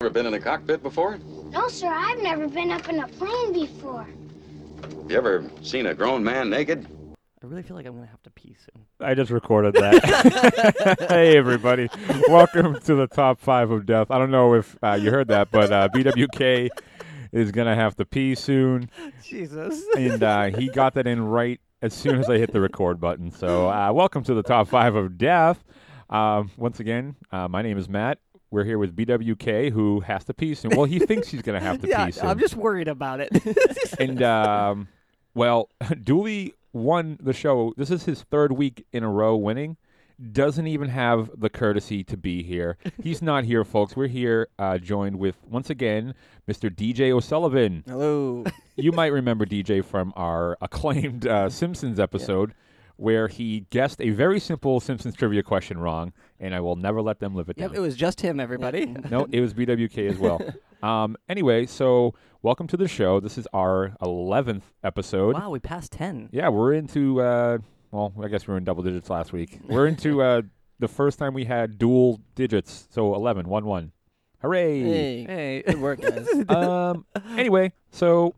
Ever been in a cockpit before? No, sir, I've never been up in a plane before. You ever seen a grown man naked? I really feel like I'm gonna have to pee soon. I just recorded that. hey, everybody. Welcome to the top five of death. I don't know if uh, you heard that, but uh, BWK is going to have to pee soon. Jesus. And uh, he got that in right as soon as I hit the record button. So, uh, welcome to the top five of death. Um, once again, uh, my name is Matt. We're here with BWK, who has to pee soon. Well, he thinks he's going to have to yeah, pee soon. I'm just worried about it. and um, well, Dooley won the show. This is his third week in a row winning. Doesn't even have the courtesy to be here. He's not here, folks. We're here uh, joined with once again Mr. DJ O'Sullivan. Hello. You might remember DJ from our acclaimed uh, Simpsons episode. Where he guessed a very simple Simpsons trivia question wrong, and I will never let them live it yep, down it was just him, everybody. no, it was BWK as well. um, anyway, so welcome to the show. This is our 11th episode. wow, we passed ten. Yeah, we're into, uh, well, I guess we were in double digits last week. We're into uh, the first time we had dual digits, so 11, 1 1. Hooray! Hey. Hey. Good work, guys. Um, anyway, so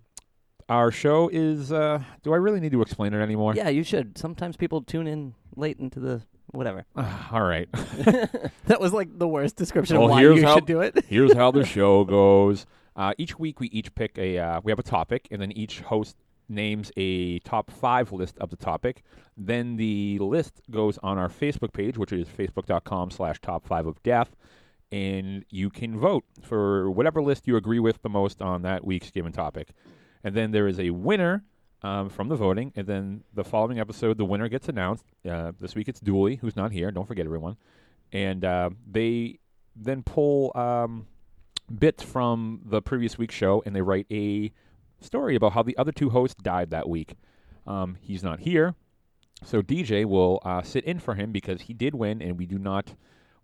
our show is, uh, do I really need to explain it anymore? Yeah, you should. Sometimes people tune in late into the whatever. Ah, All right. That was like the worst description Well, of why here's you how- should do it. here's how the show goes. Uh, each week we each pick a uh, we have a topic, and then each host names a top five list of the topic. Then the list goes on our Facebook page, which is facebook.com slash top five of death, and you can vote for whatever list you agree with the most on that week's given topic. And then there is a winner um, from the voting, and then the following episode the winner gets announced. Uh, this week it's Dooley, who's not here. Don't forget everyone, and uh, they then pull um, bits from the previous week's show and they write a story about how the other two hosts died that week. Um, he's not here, so DJ will uh, sit in for him because he did win, and we do not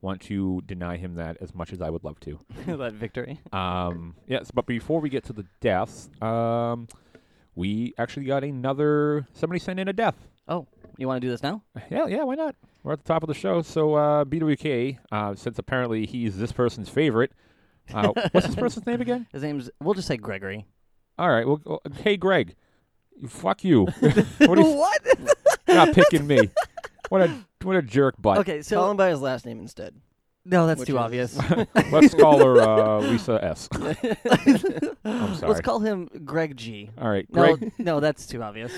want to deny him that as much as I would love to. that victory. Um, yes, but before we get to the deaths, um, we actually got another somebody sent in a death. Oh, you want to do this now? Yeah, yeah, why not? We're at the top of the show, so uh, BWK, uh, since apparently he's this person's favorite. Uh, what's this person's name again? His name's. We'll just say Gregory. All right. Well, go- hey, Greg. Fuck you. what? Are you not picking me? What a what a jerk butt. okay, so Call him by his last name instead. no, that's which too is- obvious. Let's call her uh, Lisa S. I'm sorry. Let's call him Greg G. All right, No, Greg. no, that's too obvious.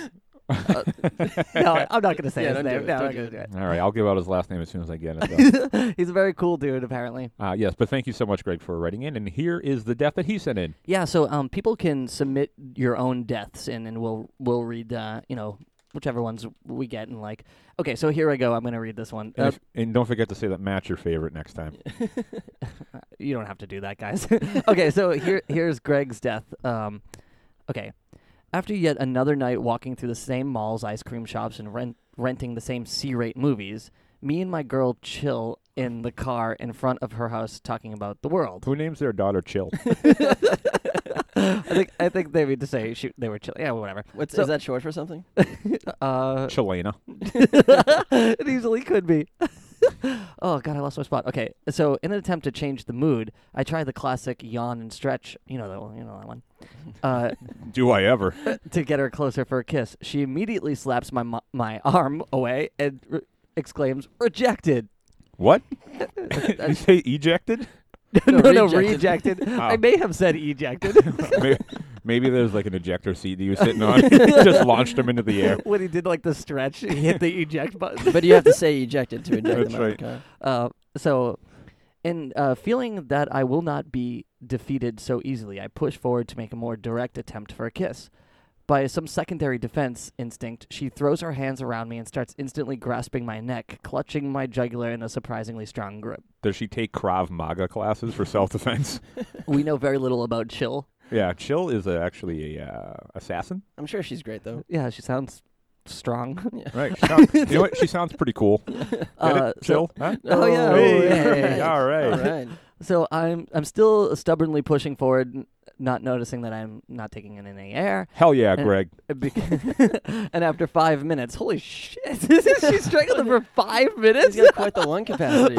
Uh, no, I'm not gonna say Yeah, his don't name. do No, I'm it, not don't do gonna it. do it. All right, I'll give out his last name as soon as I get it. He's a very cool dude, apparently. though. uh, yes, but thank you so much, Greg, for writing in. And here is the death that he sent in. Yeah, so um, people can submit your own deaths, and and we'll we'll read uh, you know whichever ones we get and like. Okay, so here I go. I'm gonna read this one. And, Uh, if- and don't forget to say that Matt's your favorite next time. you don't have to do that, guys. okay, so here here's Greg's death. Um, okay, after yet another night walking through the same malls, ice cream shops, and rent, renting the same C-rate movies, me and my girl chill in the car in front of her house talking about the world. Who names their daughter Chill? I think I think they mean to say shoot they were chilling. Yeah, whatever. What's So- is that short for something? Uh, Chilena. it easily could be. oh god, I lost my spot. Okay, so in an attempt to change the mood, I try the classic yawn and stretch. You know that one. You know that one. Uh, Do I ever? to get her closer for a kiss, she immediately slaps my mo- my arm away and re- exclaims, "Rejected." What? Did you say ejected? no, no, rejected. rejected. I may have said ejected maybe, maybe there's like an ejector seat that you were sitting on. just launched him into the air. when he did like the stretch. He hit the eject button. But you have to say ejected to eject That's them out right. of the car. Uh, so, in uh, feeling that I will not be defeated so easily, I push forward to make a more direct attempt for a kiss. By some secondary defense instinct, she throws her hands around me and starts instantly grasping my neck, clutching my jugular in a surprisingly strong grip. Does she take Krav Maga classes for self defense? we know very little about Chill. yeah, Chill is uh, actually a uh, assassin. I'm sure she's great though. Yeah, she sounds strong. Right. She sound- you know what? She sounds pretty cool. Get it? Uh, so- Chill. huh? Oh, yeah. Hey, yeah, yeah, all right. All right. So I'm I'm still stubbornly pushing forward, n- not noticing that I'm not taking in any air. Hell yeah, And- Greg. Bec- and after five minutes, holy shit! she strangled him for five minutes. He's got quite the lung capacity.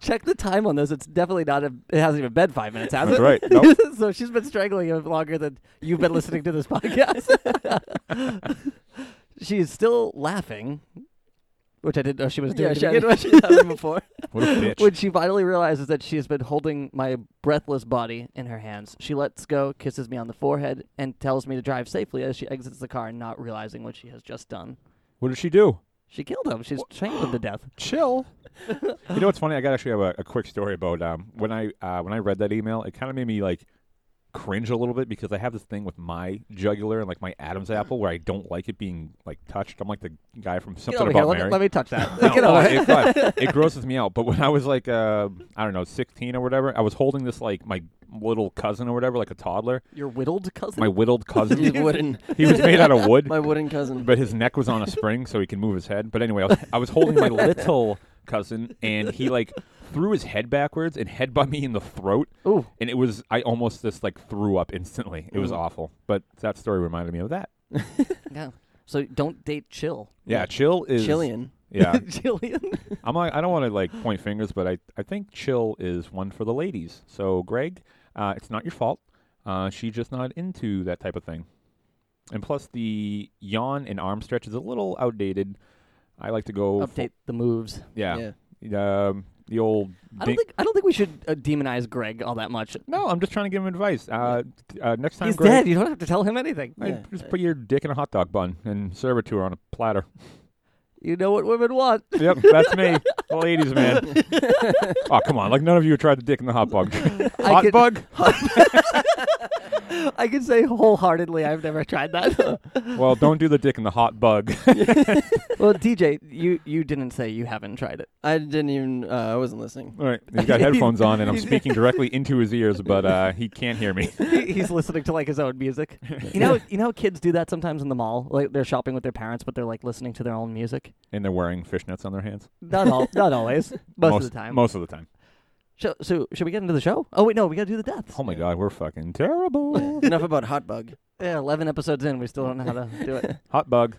Check the time on this. It's definitely not. A, it hasn't even been five minutes, has That's it? right. Nope. so she's been strangling him longer than you've been listening to this podcast. she's still laughing, which I didn't know she was doing. yeah, to she begin had, with. she had him before. What a bitch. When she finally realizes that she has been holding my breathless body in her hands, she lets go, kisses me on the forehead, and tells me to drive safely as she exits the car, not realizing what she has just done. what did she do? She killed him. She's chained him to death. Chill. you know what's funny? I got actually have a, a quick story about um, when I uh, when I read that email. It kind of made me like cringe a little bit because I have this thing with my jugular and like my Adam's apple where I don't like it being like touched. I'm like the guy from Get something over about here. Let me, Mary. let me touch that. No, Get no, uh, over it, but it grosses me out. But when I was like, uh, I don't know, 16 or whatever, I was holding this like my little cousin or whatever, like a toddler, Your whittled cousin. my whittled He's cousin. wooden. he was made out of wood, My wooden cousin. but his neck was on a spring so he can move his head. But anyway, I was, I was holding my little cousin, and he like threw his head backwards and head by me in the throat. Ooh. And it was, I almost just like threw up instantly. It was awful. But that story reminded me of that. Yeah. So don't date Chill. Yeah, chill is Chilean. Yeah, Jillian. I'm like, I don't want to like point fingers, but I, I think chill is one for the ladies. So Greg, uh, it's not your fault. Uh, she's just not into that type of thing. And plus, the yawn and arm stretch is a little outdated. I like to go full- Update the moves. yeah, Um, the old. I ding- don't think I don't think we should uh, demonize Greg all that much. no, I'm just trying to give him advice. Uh, t- uh, next time, He's Greg, dead. You don't have to tell him anything. I- Yeah. just put your dick in a hot dog bun and serve it to her on a platter. You know what women want. yep, that's me, the ladies man. oh come on, like none of you tried the dick in the hot bug. hot could- bug. I can say wholeheartedly I've never tried that. Well, don't do the dick in the hot bug. well, DJ, you you didn't say you haven't tried it. I didn't even. Uh, I wasn't listening. All right, he's got headphones on, and I'm speaking directly into his ears, but uh, he can't hear me. He- He's listening to like his own music. You know, you know, how kids do that sometimes in the mall. Like they're shopping with their parents, but they're like listening to their own music. And they're wearing fishnets on their hands Not all, not always. Most, of the time. Most of the time. So, so should we get into the show? Oh wait, no, we gotta do the deaths. Oh my god, we're fucking terrible. Enough about hot bug. Yeah, eleven episodes in, we still don't know how to do it. hot bug.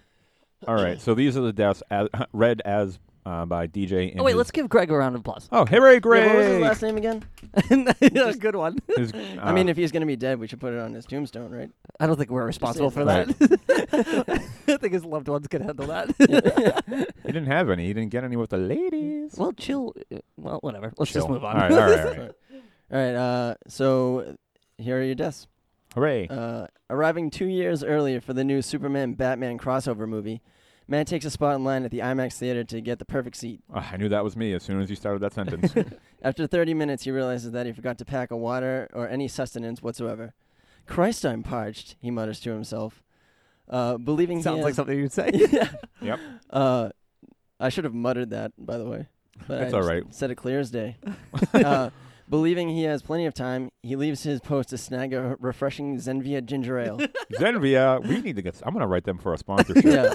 All right, so these are the deaths as, read as uh, by DJ. And Oh wait, his- let's give Greg a round of applause. Oh, hooray, Greg! Yeah, what was his last name again? yeah, good one. His- I uh, mean, if he's gonna be dead, we should put it on his tombstone, right? I don't think we're responsible for that. I think his loved ones could handle that. he didn't have any. He didn't get any with the ladies. well, chill. uh, Well, whatever. Let's just Chill. move on. All right, all right, all right. All right. Uh, so here are your deaths. Hooray! Uh, arriving two years earlier for the new Superman Batman crossover movie, Matt takes a spot in line at the IMAX theater to get the perfect seat. Ah, I knew that was me as soon as you started that sentence. After 30 minutes, he realizes that he forgot to pack a water or any sustenance whatsoever. Christ, I'm parched, he mutters to himself. Uh, believing he Sounds like has- something you'd say. Yep. Uh, I should have muttered that, by the way. But That's I all just right. Said it clear as day. uh, believing he has plenty of time, he leaves his post to snag a refreshing Zenvia ginger ale. Zenvia, we need to get. s- I'm gonna write them for a sponsorship. yeah.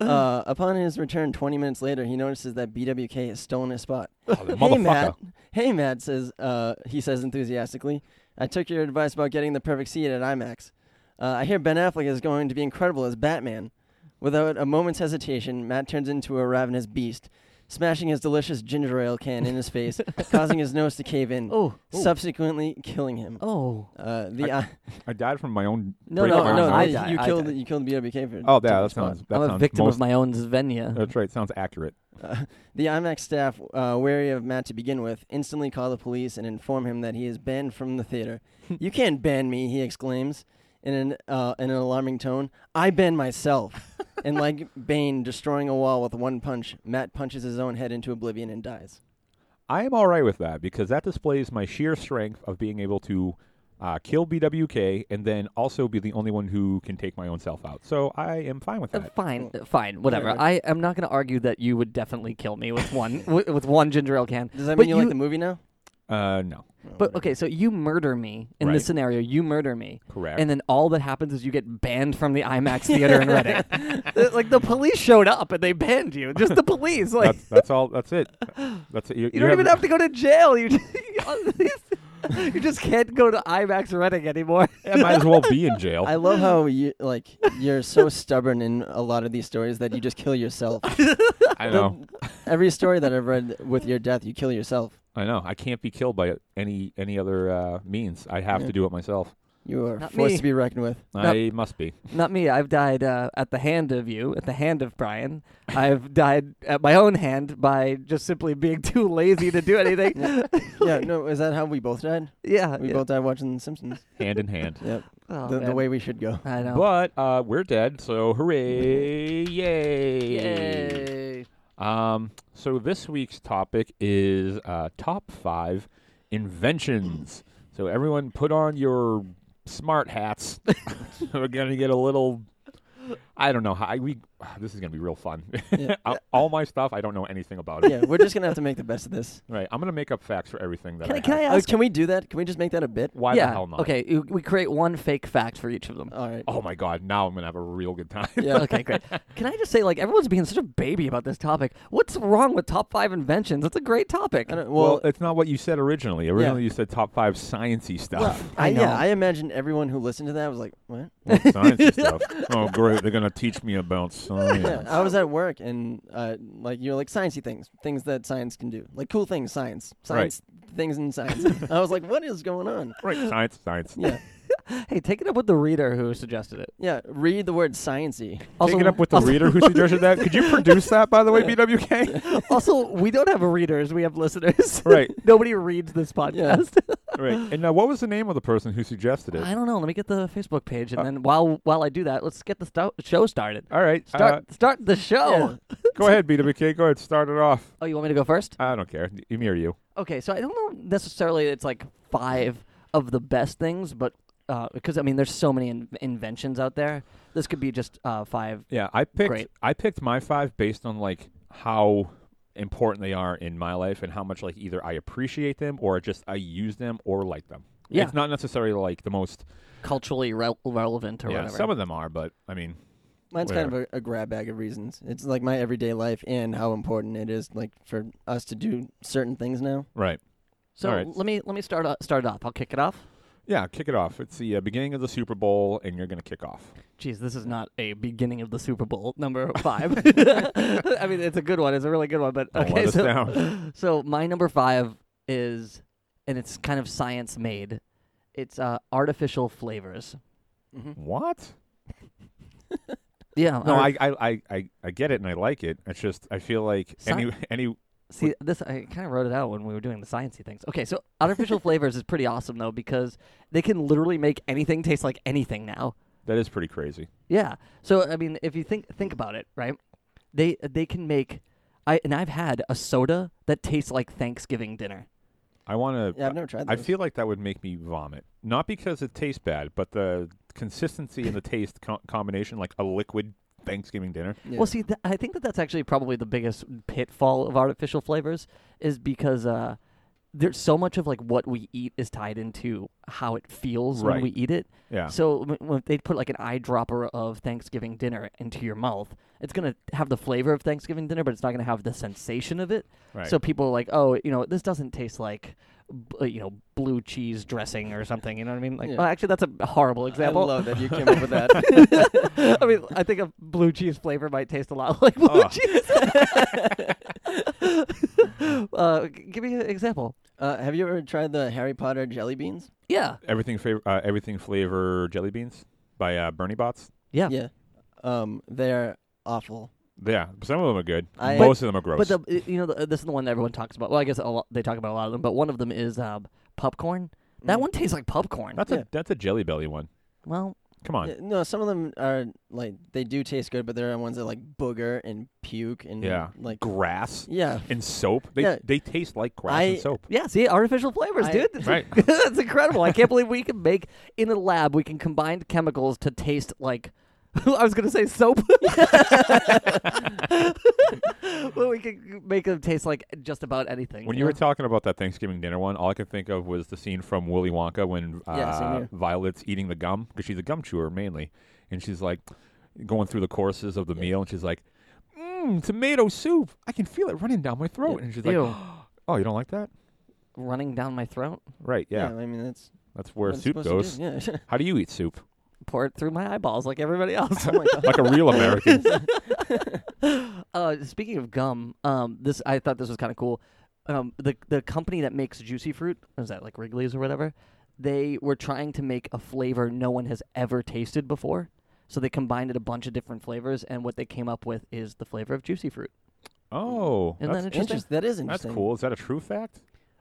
Uh, upon his return 20 minutes later, he notices that BWK has stolen his spot. Oh, the Hey, motherfucker. Matt. Hey, Matt, says, uh, he says enthusiastically. I took your advice about getting the perfect seat at IMAX. Uh, I hear Ben Affleck is going to be incredible as Batman. Without a moment's hesitation, Matt turns into a ravenous beast, smashing his delicious ginger ale can in his face, causing his nose to cave in, Oh. subsequently killing him. Oh. Uh, the I- I died from my own. No, break no, of my no, own I arm. they- die, you I killed die. you killed BWK for Oh, taking yeah, the that spot. sounds. That I'm a sounds victim most, of my own Zvenya. That's right. Sounds accurate. Uh, the IMAX staff, uh, wary of Matt to begin with, instantly call the police and inform him that he is banned from the theater. you can't ban me, he exclaims in an, uh, in an alarming tone. I ban myself. and like Bane destroying a wall with one punch, Matt punches his own head into oblivion and dies. I am all right with that because that displays my sheer strength of being able to uh, kill BWK and then also be the only one who can take my own self out. So I am fine with Uh, that. fine, uh, fine, whatever. Whatever. I am not going to argue that you would definitely kill me with one wi- with one ginger ale can. Does that But mean you, like the movie now? Uh, no, But okay, so you murder me in Right. this scenario. You murder me, correct. and then all that happens is you get banned from the IMAX theater in Reading. Uh, like the police showed up and they banned you. Just the police. Like that's, that's all. That's it. That's it. You, you, don't even have to go to jail. You. you just can't go to IMAX Reading anymore. I might as well be in jail. I love how you like you're so stubborn in a lot of these stories that you just kill yourself. I know. Every story that I've read with your death, you kill yourself. I know. I can't be killed by any any other uh, means. I have Yeah. to do it myself. You are Not forced me. to be reckoned with. I must be. Not me. I've died uh, at the hand of you, at the hand of Brian. I've died at my own hand by just simply being too lazy to do anything. yeah, Yeah, no, is that how we both died? yeah. We both died watching The Simpsons. Hand in hand. Yep, Oh, the, the man. way we should go. I know. But uh, we're dead, so hooray! Yay! Yay. Um, so this week's topic is uh, top five inventions. so everyone, put on your smart hats. We're gonna get a little. I don't know how I- we. This is gonna be real fun. Yeah. All- All my stuff, I don't know anything about it. yeah, we're just gonna have to make the best of this. Right, I'm gonna make up facts for everything that Can I. I, can I have. Oh, ask? can we do that? Can we just make that a bit? Why yeah. the hell not? Okay, you- we create one fake fact for each of them. All right. Oh my god! Now I'm gonna have a real good time. Yeah. okay, great. Can I just say, like, everyone's being such a baby about this topic. What's wrong with top five inventions? That's a great topic. I don't, Well, well, uh, it's not what you said originally. Originally, you said top five sciency stuff. I, I know. yeah, I imagine everyone who listened to that was like, "What?" science stuff. Oh, great! They're gonna teach me about science. Yeah, I was at work and uh, like you're like sciencey things, things that science can do, like cool things, science, Right. science things in science. I was like, "What is going on?" Right, science, science. Yeah, hey, take it up with the reader who suggested it. yeah. Read the word sciency. Also, Take it up with the also- reader who suggested that. Could you produce that, by the way, BWK? also, we don't have readers; we have listeners. Right. Nobody reads this podcast. right. And uh, what was the name of the person who suggested it? I don't know. Let me get the Facebook page, and Uh, then while while I do that, let's get the sto- show started. All right. Start start the show. uh, go ahead, BWK. Go ahead. Start it off. Oh, you want me to go first? I don't care. Y- Me or you. Okay, so I don't know necessarily it's like five of the best things, but uh, because I mean, there's so many in- inventions out there. This could be just uh, five. Yeah, I picked. Great. I picked my five based on like how important they are in my life and how much like either I appreciate them or just I use them or like them. Yeah. It's not necessarily like the most. culturally rel- relevant or yeah, whatever. some of them are, but I mean, Mine's kind of a, a grab bag of reasons. It's like my everyday life and how important it is, like for us to do certain things now. right. so All right. let me let me start o- start it off. I'll kick it off. Yeah, kick it off. It's the uh, beginning of the Super Bowl, and you're going to kick off. Jeez, this is not a beginning of the Super Bowl number five. I mean, it's a good one. It's a really good one, but Don't okay. let us so, down. so my number five is, and it's kind of science made. It's uh, artificial flavors. What? Yeah. No, ar- I, I, I, I, I get it and I like it. It's just I feel like Sci- any any See, this I kind of wrote it out when we were doing the sciencey things. Okay, so artificial flavors is pretty awesome though because they can literally make anything taste like anything now. that is pretty crazy. Yeah. So I mean, if you think think about it, right? They they can make I and I've had a soda that tastes like Thanksgiving dinner. I want to. Yeah, I've never tried. I Those. feel like that would make me vomit. Not because it tastes bad, but the consistency and the taste co- combination, like a liquid Thanksgiving dinner. Yeah. Well, see, th- I think that that's actually probably the biggest pitfall of artificial flavors is because uh, there's so much of like what we eat is tied into how it feels when Right. we eat it. Yeah. So when, when they put like an eyedropper of Thanksgiving dinner into your mouth, it's gonna have the flavor of Thanksgiving dinner, but it's not gonna have the sensation of it. Right. So people are like, oh, you know, this doesn't taste like, b- uh, you know, blue cheese dressing or something. You know what I mean? Like, Yeah. well, actually, that's a horrible example. I love that you came up with that. I mean, I think a blue cheese flavor might taste a lot like blue Oh. cheese. uh, g- give me an example. Uh, have you ever tried the Harry Potter jelly beans? Yeah. everything favor uh, everything flavor jelly beans by uh, Bernie Bots. Yeah. Yeah. Um, they're awful. Yeah, some of them are good. I- Most of them are gross. But the i- you know the, this is the one that everyone talks about. Well, I guess a lot, they talk about a lot of them, but one of them is um, popcorn. That Mm. one tastes like popcorn. that's yeah. a that's a Jelly Belly one. well, Come on. Yeah, no, some of them are like they do taste good, but there are ones that like booger and puke and Yeah. like Grass yeah. and soap. They Yeah. they taste like grass I- and soap. yeah. See, artificial flavors, I- dude. Right. that's incredible. I can't believe we can make in a lab. We can combine chemicals to taste like. I was gonna say soap, but we can make them taste like just about anything. When you were know? talking about that Thanksgiving dinner one, all I could think of was the scene from Willy Wonka when uh, Yeah, same here. Violet's eating the gum because she's a gum chewer mainly, and she's like going through the courses of the meal, and she's like, "Mm, "Mmm, tomato soup! I can feel it running down my throat." And she's like, Ew. "Oh, you don't like that? running down my throat, Right. Yeah. I mean that's That's where what it's soup supposed goes. to do, Yeah. How do you eat soup? pour it through my eyeballs like everybody else. oh my god. Like a real American. uh, speaking of gum, um, this I thought this was kind of cool. Um, the the company that makes Juicy Fruit is that like Wrigley's or whatever. They were trying to make a flavor no one has ever tasted before, so they combined it a bunch of different flavors, and what they came up with is the flavor of Juicy Fruit. oh, Isn't that's, that interesting? Interest- that is that's interesting. cool. Is that a true fact?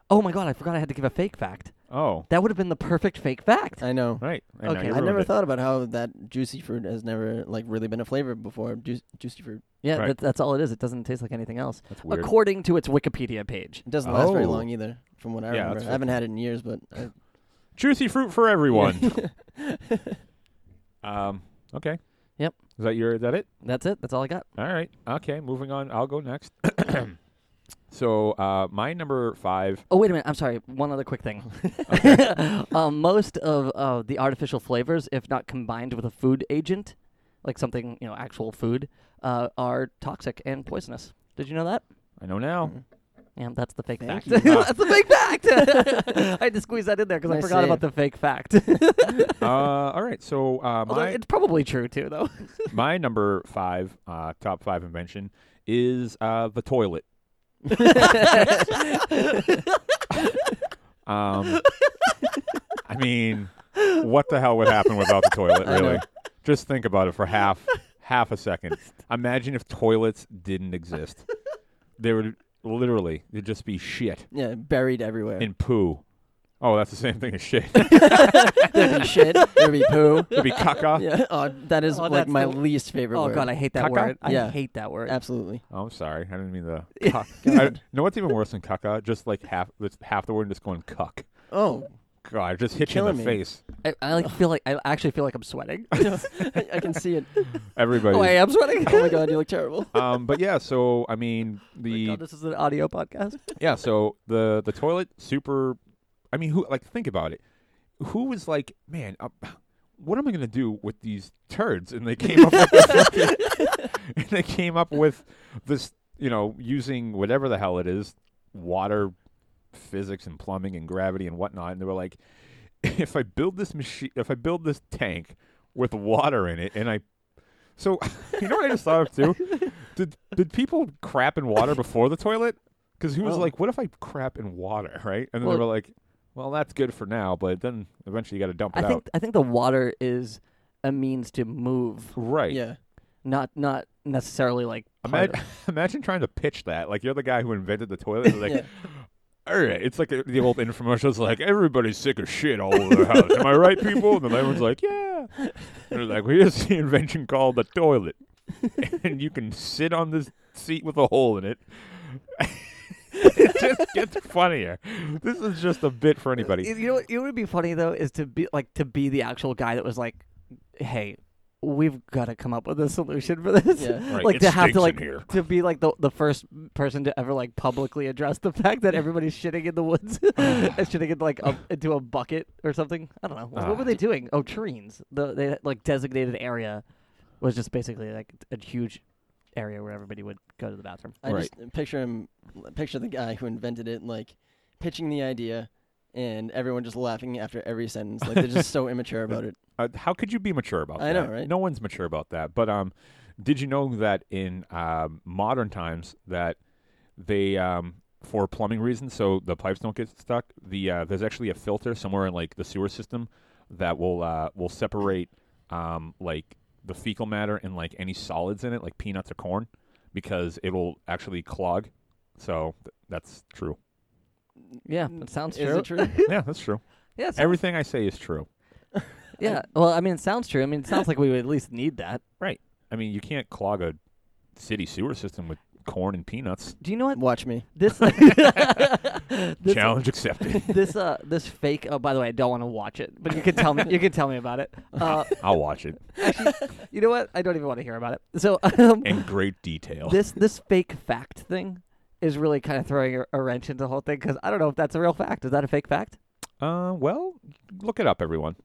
Oh my god, I forgot I had to give a fake fact. Oh, That would have been the perfect fake Uh, fact. I know. right. I know, Okay. you I I ruined never it. thought about how that juicy fruit has never like really been a flavor before. Juice, juicy fruit. yeah, right. that, that's all it is. It doesn't taste like anything else, That's weird. according to its Wikipedia page. It doesn't last very Oh. long either, from what I Yeah, remember. that's I haven't had it in years, but uh, I, Juicy fruit for everyone. um. Okay. Yep. Is that your? Is that it? That's it. That's all I got. All right. Okay. Moving on. I'll go next. so uh, my number five. Oh wait a minute! I'm sorry. One other quick thing. um, most of uh, the artificial flavors, if not combined with a food agent, like something you know, actual food, uh, are toxic and poisonous. Did you know that? I know now. Mm-hmm. And that's the fake Thank fact. you. that's the fake fact. I had to squeeze that in there because I Nice forgot about the save. fake fact. uh, all right. So uh, Although my it's probably true too, though. my number five, uh, top five invention is uh, the toilet. Um, I mean, what the hell would happen without the toilet? I know. Really? Just think about it for half half a second. Imagine if toilets didn't exist. There would literally there'd just be shit yeah, buried everywhere. and poo. Oh, that's the same thing as shit. There'd be shit. There'd be poo. It'd be caca. Yeah. Oh, that is Oh, like that's my the- least favorite Oh word. god, I hate that Caca? word. I Yeah. hate that word. Absolutely. Oh, I'm sorry. I didn't mean the. Yeah. I, no, what's even worse than caca? Just like half, just half the word and just going cuck. Oh, God, it just hit you in Killing the me. face. I, I like, feel like I actually feel like I'm sweating. I I can see it. Everybody. oh, I am sweating. Oh my god, you look terrible. um, but yeah, so I mean, the Oh God, this is an audio podcast. yeah, so the the toilet super. I mean, who like think about it? Who was like, man, uh, what am I gonna do with these turds? And they came up with the fucking- and they came up with this, you know, using whatever the hell it is, water, physics and plumbing and gravity and whatnot. And they were like, if I build this machine, if I build this tank with water in it, and I so you know what I just thought of too? Did did people crap in water before the toilet? Because who was Oh. like, what if I crap in water, right? And then they Well- were like, well, that's good for now, but then eventually you got to dump I it think out, I think the water is a means to move, right? Yeah. not not necessarily like. part Imagine, of- imagine trying to pitch that. Like you're the guy who invented the toilet. Like, Yeah. all right, it's like uh, the old infomercials. Like everybody's sick of shit all over the house. Am I right, people? And then everyone's like, yeah. And they're like, well, here's the invention called the toilet, and you can sit on this seat with a hole in it. it just gets funnier. This is just a bit for anybody. You you know what? It would be funny though is to be like to be the actual guy that was like, "Hey, we've got to come up with a solution for this." Yeah. Right, like it to have stinks to in like here. to be like the the first person to ever like publicly address the fact that everybody's shitting in the woods, and shitting in like a, into a bucket or something. I don't know. What, Ah. were they doing? Oh, trees. The they like designated area was just basically like a huge area where everybody would go to the bathroom. I Right. just picture him, picture the guy who invented it, like pitching the idea, and everyone just laughing after every sentence. Like they're just so immature about it. Uh, how could you be mature about I that? know, right? No one's mature about that. But um, did you know that in um, modern times that they um, for plumbing reasons, so the pipes don't get stuck. The uh, there's actually a filter somewhere in like the sewer system that will uh, will separate um, like the fecal matter and like any solids in it, like peanuts or corn, because it'll actually clog. So th- that's true. Yeah, that sounds Is Mm, true. it true? yeah, that's true. Yeah, it sounds- Everything I say is true. yeah. Well, I mean, it sounds true. I mean, it sounds like we would at least need that. I mean, you can't clog a city sewer system with corn and peanuts. Do you know what Watch me. this? this Challenge accepted. this uh this fake. Oh, by the way, I don't want to watch it, but you can tell me. You can tell me about it. Uh, I'll watch it actually, you know what? I don't even want to hear about it. So um, in great detail. this this fake fact thing is really kind of throwing a, a wrench into the whole thing because I don't know if that's a real fact. Is that a fake fact? Uh, well, look it up, everyone.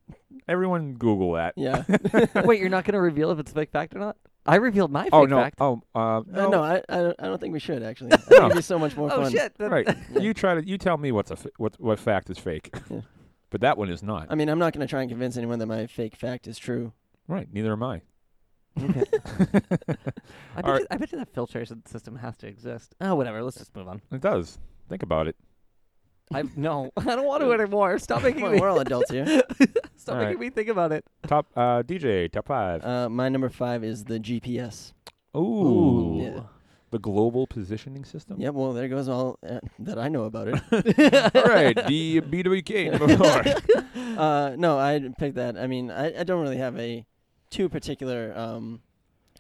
Everyone, Google that. Yeah. Uh, Wait, you're not going to reveal if it's a fake fact or not? I revealed my Oh fake no! fact. Oh uh, No, no! uh, no I, I, don't- I don't think we should actually. I think it'd be so much more Oh, fun. shit. that- Right. you try to. You tell me what's a f- what what fact is fake. Yeah. But that one is not. I mean, I'm not going to try and convince anyone that my fake fact is true. right. Neither am I. I bet, Alright. you, I bet you that filtration system has to exist. Oh, whatever. Let's just move on. It does. Think about it. I no, I don't want to anymore. Stop making Come me. on, we're all adults here. Stop All making right. me think about it. Top uh, DJ top five. Uh, my number five is the GPS. ooh. Yeah. The global positioning system. Yeah, well, there goes all uh, that I know about it. All right. The BWK number four. uh, no, I picked that. I mean, I, I don't really have a too particular um,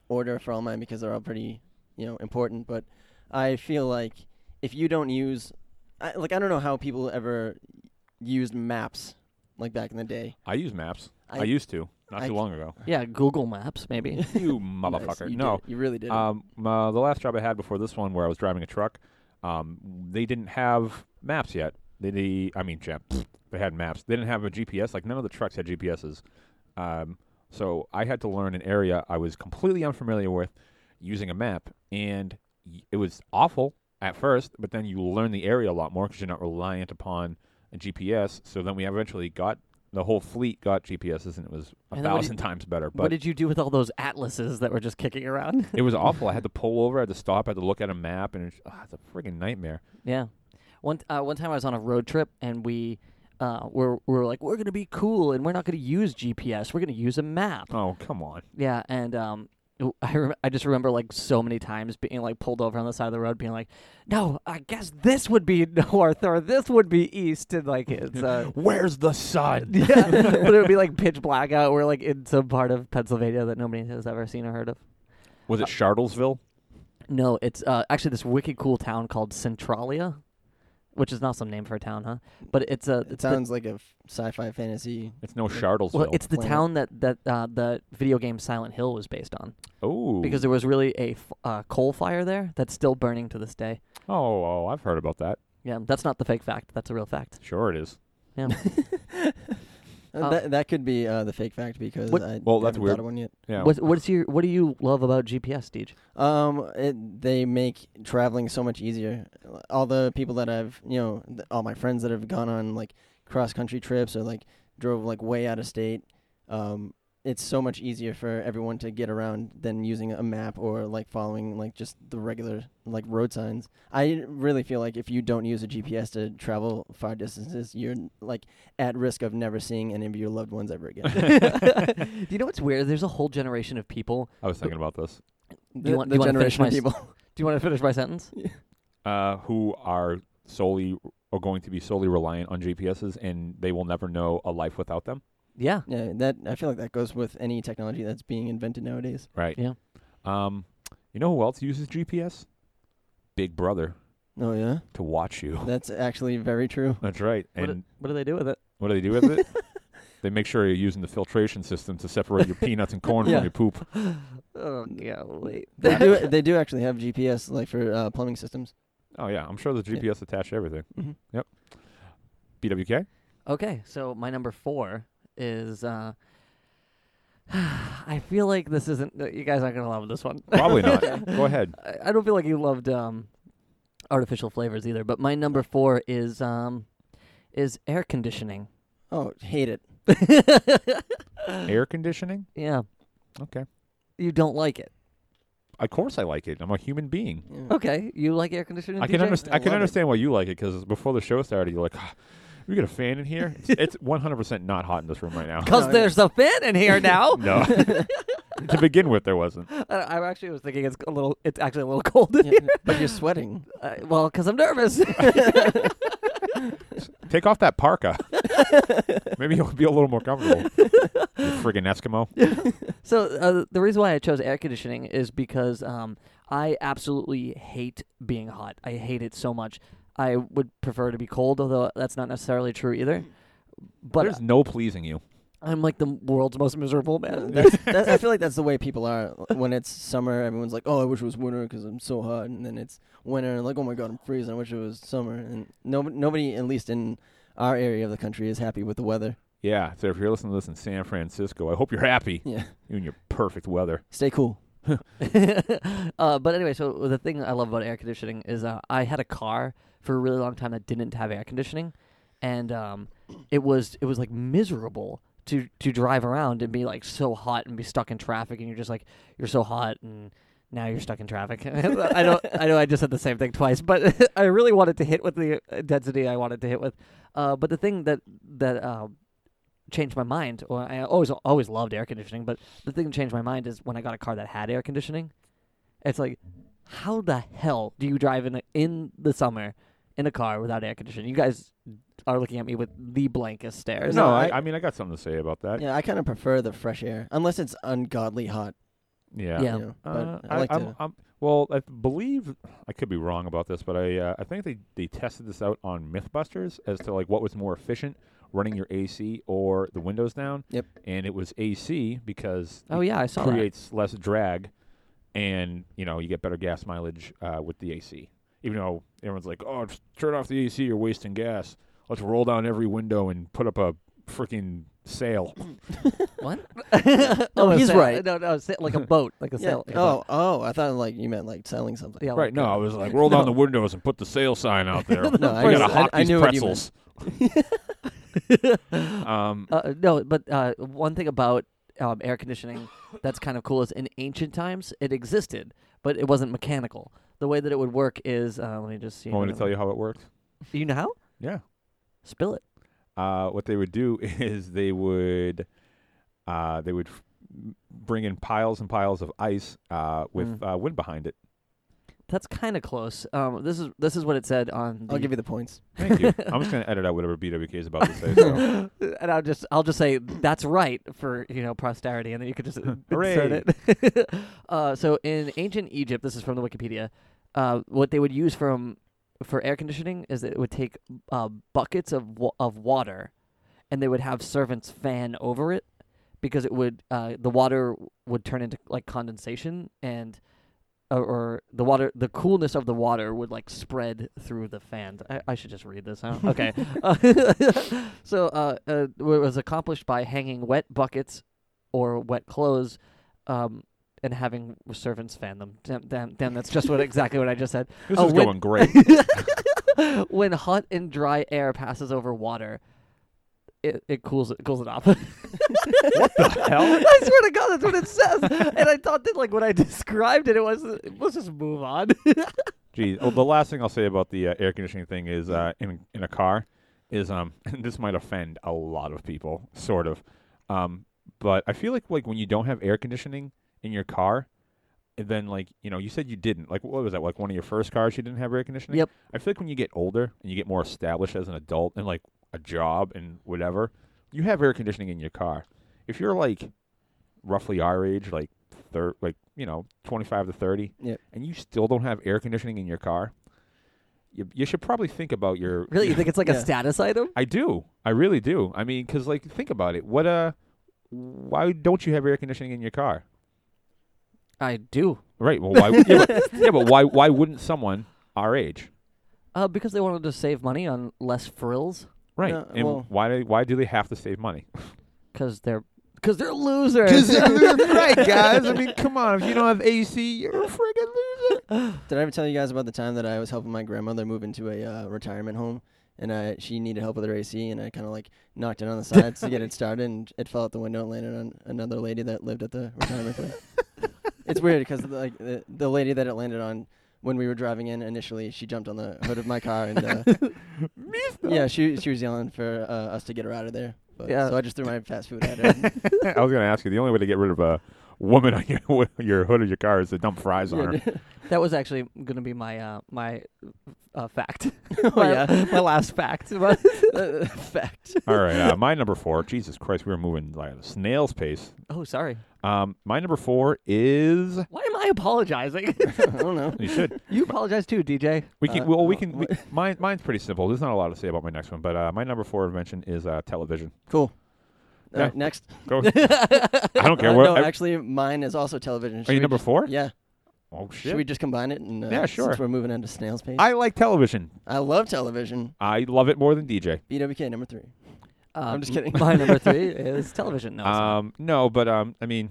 order for all mine because they're all pretty, you know, important. But I feel like if you don't use, I, like, I don't know how people ever used maps like back in the day. I use maps. I, I- used to not I- too long ago. Yeah, Google Maps maybe. You Nice, motherfucker. you no. did it. you really did. it. Um, my, the last job I had before this one, where I was driving a truck, um, they didn't have maps yet. They, they I mean, yeah, pfft, they had maps. They didn't have a GPS. Like none of the trucks had GPSs. Um, so I had to learn an area I was completely unfamiliar with using a map, and y- it was awful at first. But then you learn the area a lot more because you're not reliant upon a GPS. So then we eventually got the whole fleet got GPSs, and it was a And then what did- thousand times better. But what did you do with all those atlases that were just kicking around? it was awful. I had to pull over. I had to stop. I had to look at a map, and it's, ah, it's a friggin' nightmare. yeah. One t- uh, one time I was on a road trip and we uh, were we were like we're gonna be cool and we're not gonna use GPS. We're gonna use a map. Oh, come on. Yeah, and um, w- I rem- I just remember like so many times being like pulled over on the side of the road, being like, "No, I guess this would be north or this would be east," and like it's uh, Where's the sun? yeah, but it would be like pitch black out. We're like in some part of Pennsylvania that nobody has ever seen or heard of. Was it Shardlesville? No, it's uh, actually this wicked cool town called Centralia, which is not some name for a town, huh? But it's a it it's the- sounds like a f- sci-fi fantasy. It's no Shardlesville. well, it's the planet. town that that uh, the video game Silent Hill was based on, oh, because there was really a f- uh, coal fire there that's still burning to this day. oh, oh, I've heard about that. Yeah, that's not the fake fact. That's a real fact. Sure, it is. Uh, Uh, that that could be uh, the fake fact because What- I Well, that's haven't weird. thought of one yet. Yeah. What's, what's your What do you love about GPS, Deej? Um, it, they make traveling so much easier. All the people that I've, you know, th- all my friends that have gone on like cross country trips or like drove like way out of state. Um, it's so much easier for everyone to get around than using a map or like following like just the regular like road signs. I really feel like if you don't use a GPS to travel far distances, you're like at risk of never seeing any of your loved ones ever again. Do you know what's weird? There's a whole generation of people. I was thinking about this. Do you want- the do you wanna finish generation of my people? Do you want to finish my sentence? Uh, who are solely are going to be solely reliant on GPSs, and they will never know a life without them. Yeah. Yeah, that I feel like that goes with any technology that's being invented nowadays. Right. Yeah. Um, you know who else uses GPS? Big Brother Oh yeah, to watch you. that's actually very true. That's right. What, and do, what do they do with it? What do they do with it? they make sure you're using the filtration system to separate your peanuts and corn Yeah. from your poop. Oh, golly. They do they do actually have GPS like for uh, plumbing systems. Oh yeah, I'm sure the Yeah. GPS attached to everything. Mhm. Yep. BWK. Okay, so my number four is. Uh, I feel like this isn't. uh, You guys aren't gonna love this one. Probably not. Go ahead. I, I don't feel like you loved um, artificial flavors either. But my number four is um, is air conditioning. Oh, hate it. Air conditioning. Yeah. Okay. You don't like it. Of course I like it. I'm a human being. Yeah. Okay. You like air conditioning? I can DJ? understand. I I can love it. understand why you like it because before the show started, you're like, "Ah, "We got a fan in here." It's- It's 100% not hot in this room right now. Because No, there's a fan in here now. No. to begin with, there wasn't. I, I actually was thinking it's a little. It's actually a little cold in Yeah, here. but you're sweating. Uh, well, because I'm nervous. Take off that parka. Maybe you'll be a little more comfortable. You friggin' Eskimo. so uh, the reason why I chose air conditioning is because um, I absolutely hate being hot. I hate it so much. I would prefer to be cold, although that's not necessarily true either. But There's no pleasing you. I'm like the world's most miserable man. That's, that, I feel like that's the way people are when it's summer. Everyone's like, "Oh, I wish it was winter because I'm so hot," and then it's winter and like, "Oh my god, I'm freezing. I wish it was summer." And nobody, nobody, at least in our area of the country, is happy with the weather. Yeah, so if you're listening to this in San Francisco, I hope you're happy. Yeah, You and your perfect weather. stay cool. uh, but anyway, so the thing I love about air conditioning is uh, I had a car for a really long time that didn't have air conditioning, and um, it was it was like miserable to to drive around and be like so hot and be stuck in traffic, and you're just like you're so hot and. Now you're stuck in traffic. I don't. I know. I just said the same thing twice, but I really wanted to hit with the uh, density I wanted to hit with. Uh, but the thing that that uh, changed my mind. Well, I always always loved air conditioning, but the thing that changed my mind is when I got a car that had air conditioning. It's like, how the hell do you drive in the, in the summer in a car without air conditioning? You guys are looking at me with the blankest stares. no, No, I, I- I mean I got something to say about that. Yeah, I kind of prefer the fresh air, unless it's ungodly hot. Yeah. Yeah. You know, but Uh, I like am to. well, I believe I could be wrong about this, but I uh, I think they, they tested this out on MythBusters as to like what was more efficient, running your AC or the windows down. Yep. And it was AC because Oh it yeah, I saw that. creates less drag, and you know you get better gas mileage uh, with the AC. Even though everyone's like, oh, just turn off the AC, you're wasting gas. Let's roll down every window and put up a freaking sail. What? No, a he's sail- right. No, no, sa- like a boat, like a Yeah. sail. like a Oh, boat. oh, I thought like you meant like selling something. yeah, Right. like, No, I was like, roll down the windows and put the sale sign out there. Oh, No, I I gotta just- hawk I- I these knew what you pretzels. um, Uh, no, but uh, one thing about um, air conditioning that's kind of cool is in ancient times it existed, but it wasn't mechanical. The way that it would work is uh, let me just see. want me to tell you how it worked? You know how? Yeah. Spill it. Uh, what they would do is they would, uh, they would f- m- bring in piles and piles of ice uh, with Mm. uh, wind behind it. That's kind of close. Um, this is this is what it said on. The, I'll give you the points. Thank you. I'm just gonna edit out whatever BWK is about to say. Oh, So. and I'll just I'll just say that's right for you know posterity, and then you could just insert Hooray. it. uh, so in ancient Egypt, this is from the Wikipedia. Uh, what they would use from for air conditioning is that it would take uh, buckets of wa- of water, and they would have servants fan over it because it would uh, the water would turn into like condensation and. Or, or the water, the coolness of the water would like spread through the fan. I, I should just read this out. Okay, Uh, so uh, uh, it was accomplished by hanging wet buckets or wet clothes um, and having servants fan them. Damn, damn, damn that's just what exactly what I just said. This Oh, is win- going great. when hot and dry air passes over water, it, it cools it cools it off. what the hell? I swear to God, that's what it says. and I thought that like when I described it, it was let's just move on. Geez. Well, Oh, the last thing I'll say about the uh, air conditioning thing is uh, in in a car is um and this might offend a lot of people, sort of. Um, but I feel like like when you don't have air conditioning in your car, and then like you know you said you didn't like what was that like one of your first cars you didn't have air conditioning. Yep. I feel like when you get older and you get more established as an adult and like a job and whatever, you have air conditioning in your car. If you're like roughly our age, like thir- like you know twenty five to thirty, Yep. and you still don't have air conditioning in your car, you, you should probably think about your. really, you think it's like Yeah. a status item? I do. I really do. I mean, because like think about it. What uh, why don't you have air conditioning in your car? I do. Right. Well, why? yeah, but, yeah, but why? Why wouldn't someone our age? Uh, because they wanted to save money on less frills, Right. No, and Uh, well- why? do- Why do they have to save money? because they're because they're losers. right, guys. I mean, come on. If you don't have AC, you're a friggin' loser. Did I ever tell you guys about the time that I was helping my grandmother move into a uh, retirement home, and I she needed help with her AC, and I kind of like knocked it on the sides to get it started, and it fell out the window and landed on another lady that lived at the retirement place. it's weird because like the, the lady that it landed on when we were driving in initially, she jumped on the hood of my car, and uh, yeah, she she was yelling for uh, us to get her out of there. But, Yeah. So I just threw my fast food at her. I was gonna ask you. The only way to get rid of a woman on your your hood of your car is to dump fries on her. That was actually going to be my uh, my uh, fact. oh my, yeah, my uh, last fact. But- fact. All right, uh, my number four. Jesus Christ, we were moving like a snail's pace. oh, sorry. Um, my number four is. Why am I apologizing? I don't know. You should. you apologize too, DJ. We can. Uh, well, we uh, can. We, mine. Mine's pretty simple. There's not a lot to say about my next one, but uh, my number four invention is uh, television. Cool. All Yeah. right, next. Go. I don't care Uh, what. no, I- actually, mine is also television. are Should you we number ju- four? Yeah. Oh shit. Should we just combine it? And, uh, Yeah, sure. Since we're moving into snail's pace. I, I like television. love television. I love it more than DJ. BWK number three. Um, I'm just kidding. Uh, My number three is television. No, it's not. Um, no, but um, I mean,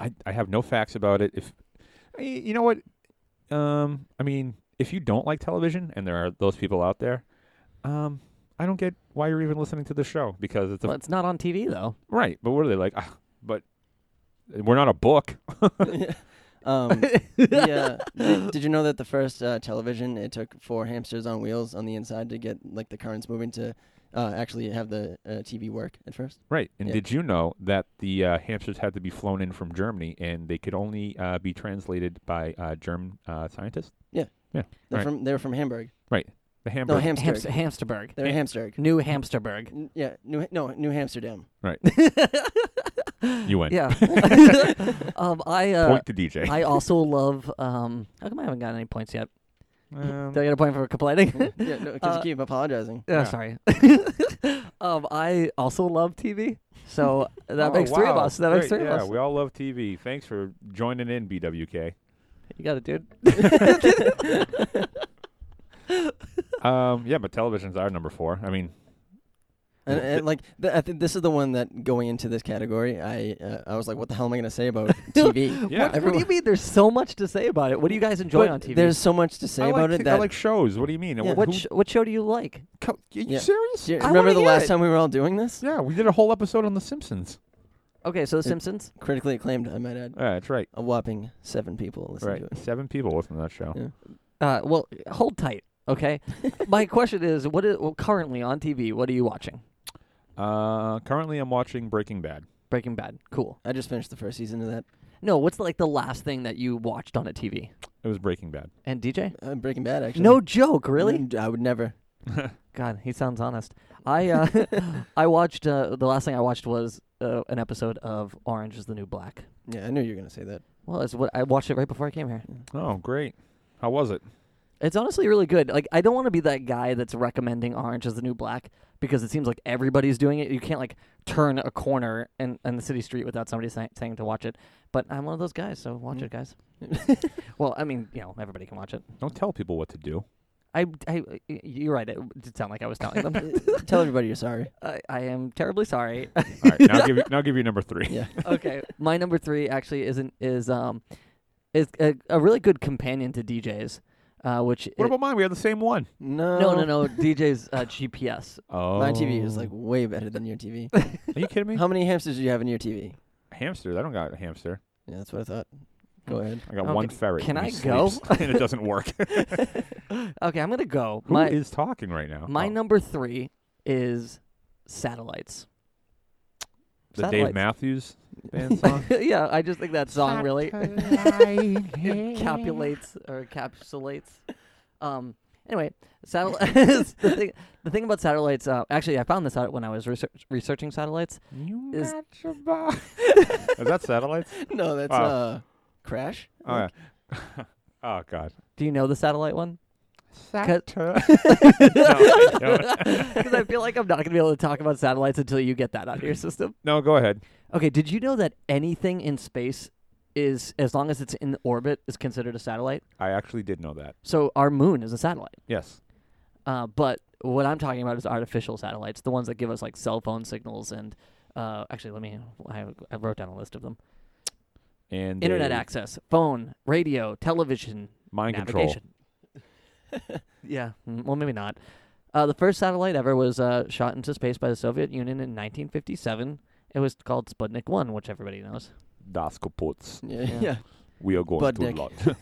I- I, I have no facts about it. If I- you know what, um, I mean, if you don't like television, and there are those people out there, um, I don't get why you're even listening to the show because it's a, Well, it's not on TV though. right. But what are they like? "Ah, but uh, we're not a book. um, yeah. Did, did you know that the first uh, television it took four hamsters on wheels on the inside to get like the currents moving to uh, actually have the uh, TV work at first? Right. And Yeah. did you know that the uh, hamsters had to be flown in from Germany and they could only uh, be translated by uh, German uh, scientists? Yeah. Yeah. They're Right. from they're from Hamburg. Right. The hamburger. No, Hamster. Hamster, Hamsterberg. They're Hamburg. New Hamsterberg. N- Yeah, New no New Amsterdam. you win. Yeah. um, I uh, Point to DJ. I also love. Um, how come I haven't gotten any points yet? Um, Do I get a point for complaining? Yeah, no, because Uh, you keep apologizing. Yeah, sorry. um, I also love TV, so that oh, makes three of wow. us. That makes Great. three yeah, of us. we all love TV. Thanks for joining in, BWK. You got it, dude. um, yeah, but television's our number four. I mean, And, and like, th- I think this is the one that going into this category, I uh, I was like, what the hell am I gonna say about TV? yeah. What do you Everyone- mean? There's so much to say about it. What do you guys enjoy But on TV? There's so much to say I, about like, it thi- I that. like shows. What do you mean? Yeah. Wh- what who- sh- what show do you like? co- are you Yeah. serious? Do you I wanna remember the hear last it. time we were all doing this? Yeah, we did a whole episode on The Simpsons. Okay, so The Simpsons. Critically acclaimed, I might add. Yeah, that's right. A whopping seven people listened Right. to it. Seven people listen to that show. Yeah. Uh, well, hold tight. Okay, my question is, what is well, currently on TV? What are you watching? Uh, currently, I'm watching Breaking Bad. Breaking Bad. Cool. I just finished the first season of that. No, what's like the last thing that you watched on a TV? It was Breaking Bad. And DJ? Uh, Breaking Bad, actually. No joke, really? Mm, I would never. God, he sounds honest. I uh, I watched uh, the last thing I watched was uh, an episode of Orange Is the New Black. Yeah, I knew you were gonna say that. Well, it's what I watched it right before I came here. Oh, great. How was it? It's honestly really good. Like I don't want to be that guy that's recommending Orange Is the New Black because it seems like everybody's doing it. You can't like turn a corner in, in the city street without somebody say, saying to watch it. But I'm one of those guys, so watch it, guys. well, I mean, you know, everybody can watch it. Don't tell people what to do. I, I, y- you're right. It did sound like I was telling them. Tell everybody you're sorry. I, I am terribly sorry. All right, now I'll give you, now I'll give you number three. Yeah. okay, my number three actually isn't is um is a, a really good companion to DJs, uh, which it- What about mine? We had the same one. No. no no no DJs uh, GPS. Oh, My TV is like way better than your TV. Are you kidding me? How many hamsters do you have in your TV? Hamsters. I don't got a hamster. Yeah, that's what I thought. Go ahead. I got Okay, one ferret. can and I he go? sleeps, and it doesn't work. Okay, I'm gonna go. Who my is talking right now? my Oh, number three is satellites. the Dave satellites. Matthews band song. yeah, I just think that song really encapsulates or encapsulates. Um, anyway, satellites. the, thing, the thing about satellites, uh, actually, I found this out when I was research, researching satellites. You Is- got your bo- is that satellites? No, that's Wow. uh, Crash. Oh, yeah. oh God. Do you know the satellite one? Saturn. no, no, Because I feel like I'm not going to be able to talk about satellites until you get that out of your system. no, go ahead. Okay, did you know that anything in space is, as long as it's in orbit, is considered a satellite? I actually did know that. So our moon is a satellite. Yes. Uh, but what I'm talking about is artificial satellites, the ones that give us like cell phone signals and uh, actually, let me. I, I wrote down a list of them: And uh, internet they- access, phone, radio, television, Mind control. navigation. yeah, mm, well, maybe not. Uh, the first satellite ever was uh, shot into space by the Soviet Union in 1957. It was called Sputnik One, which everybody knows. Das kaputt. Yeah. Yeah. yeah. We are going Budnick. to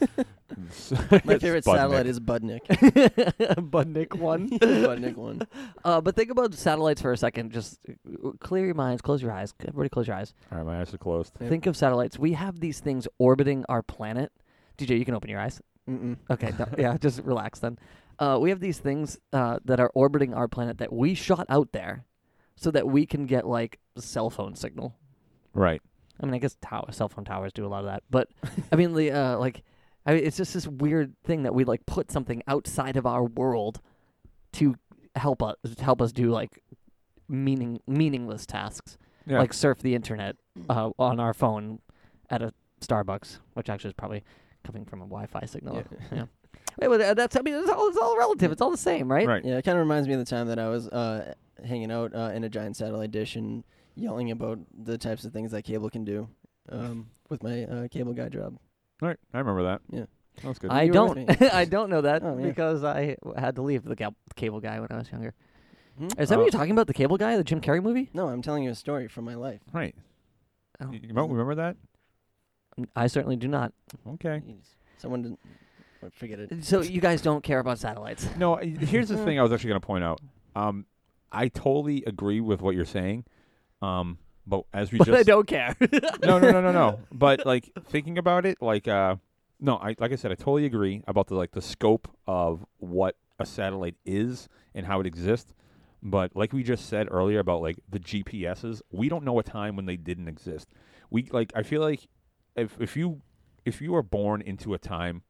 a lot. My favorite Sputnik. satellite is Budnick. Sputnik One. Budnick one. Uh, but think about satellites for a second. Just uh, clear your minds, close your eyes. Everybody, close your eyes. All right, my eyes are closed. Yep. Think of satellites. We have these things orbiting our planet. DJ, you can open your eyes. Mm-mm. Okay, no, yeah, just relax then. Uh, we have these things uh, that are orbiting our planet that we shot out there, so that we can get like cell phone signal. Right. I mean, I guess tower cell phone towers do a lot of that, but I mean the uh, like, I mean, it's just this weird thing that we like put something outside of our world to help us help us do like meaning meaningless tasks Yeah. like surf the internet uh, on our phone at a Starbucks, which actually is probably coming from a Wi-Fi signal. Yeah. Yeah. Wait, well, tha- that's I mean, it's all it's all relative. It's all the same, right? Right. Yeah, it kind of reminds me of the time that I was uh, hanging out uh, in a giant satellite dish and yelling about the types of things that cable can do um, with my uh, cable guy job. All right, I remember that. Yeah. that was good. I You were with don't. I don't know that Oh, yeah. because I w- had to leave the ga- cable guy when I was younger. Hmm? Is that what Oh. you're talking about? The cable guy, the Jim Carrey movie? No, I'm telling you a story from my life. right. Oh. You you don't remember that? N- I certainly do not. Okay. Jeez. Someone didn't well, forget it. So you guys don't care about satellites. No, I- here's the thing I was actually going to point out. Um, I totally agree with what you're saying. Um, but as we But I just don't care. no, no, no, no, no. But like thinking about it, like uh, no, I like I said, I totally agree about the like the scope of what a satellite is and how it exists. But like we just said earlier about like the GPSs, we don't know a time when they didn't exist. We like I feel like if if you if you are born into a time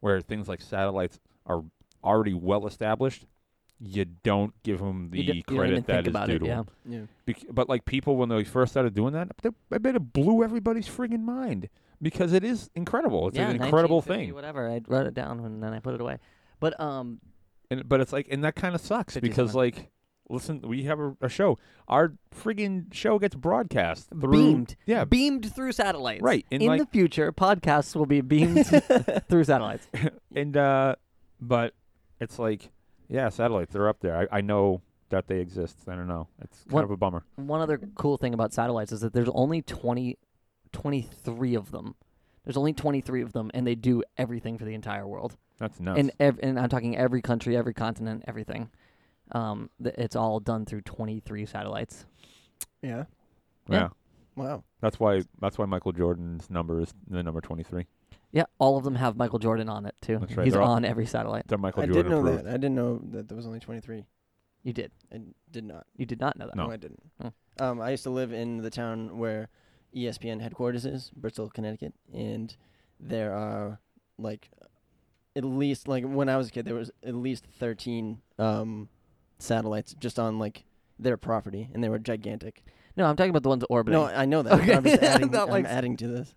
where things like satellites are already well established, you don't give them the You d- you don't even credit that think is about due it, to 'em. yeah. Yeah. Bec- but like people when they first started doing that, they, I bet it blew everybody's friggin' mind because it is incredible. It's yeah, an incredible 1950, thing, Whatever. I wrote it down and then I put it away. But um, and, but it's like, and that kind of sucks 57. because like, listen, we have a, a show. Our friggin' show gets broadcast through beamed. yeah, beamed through satellites. Right, In and like- the future, podcasts will be beamed through satellites. and uh, but it's like, yeah, satellites they're up there. I, I know that they exist. I don't know. It's kind What- of a bummer. one other cool thing about satellites is that there's only 20, 23 of them. There's only 23 of them, and they do everything for the entire world. That's nuts. And, ev- and I'm talking every country, every continent, everything. Um, th- it's all done through 23 satellites. Yeah. yeah. yeah. Wow. that's why that's why Michael Jordan's number is the number twenty three. Yeah, all of them have Michael Jordan on it, too. That's right, He's they're all- on every satellite. That Michael I did Jordan know approved. that. I didn't know that there was only 23. You did. I did not. You did not know that. No. I didn't. Oh. Um, I used to live in the town where E ESPN headquarters is, Bristol, Connecticut, and there are like at least like when I was a kid, there was at least thirteen um, satellites just on like their property, and they were gigantic. No, I'm talking about the ones orbiting. No, I know that. but Okay. I'm just adding, Not I'm like- adding to this.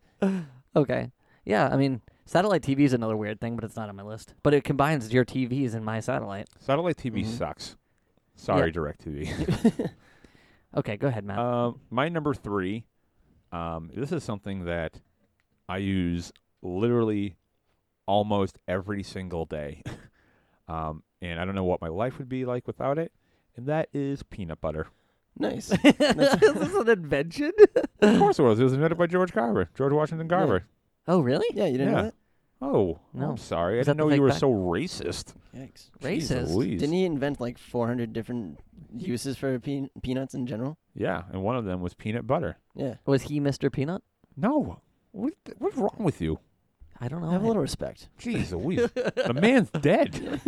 Okay. Yeah, I mean, satellite TV is another weird thing, but it's not on my list. But it combines your TVs and my satellite. Satellite TV Mhm. Mm-hmm. sucks. Sorry, DirecTV. Okay, go ahead, Matt. um, my number three. Um, this is something that I use literally almost every single day, um, and I don't know what my life would be like without it. And that is peanut butter. Nice. is this an invention? of course it was. It was invented by George Carver, George Washington Carver. Oh, really? yeah, you didn't Yeah. know that. Oh, No. I'm sorry. Is I that didn't the know you fake were back? so racist. Yikes. Jeez Racist. Louise. Didn't he invent like 400 different uses for pe- peanuts in general? Yeah, and one of them was peanut butter. Yeah. Was he Mr. Peanut? No, what, what's wrong with you? I don't know. Have a I- little respect. Jeez Louise, the man's dead.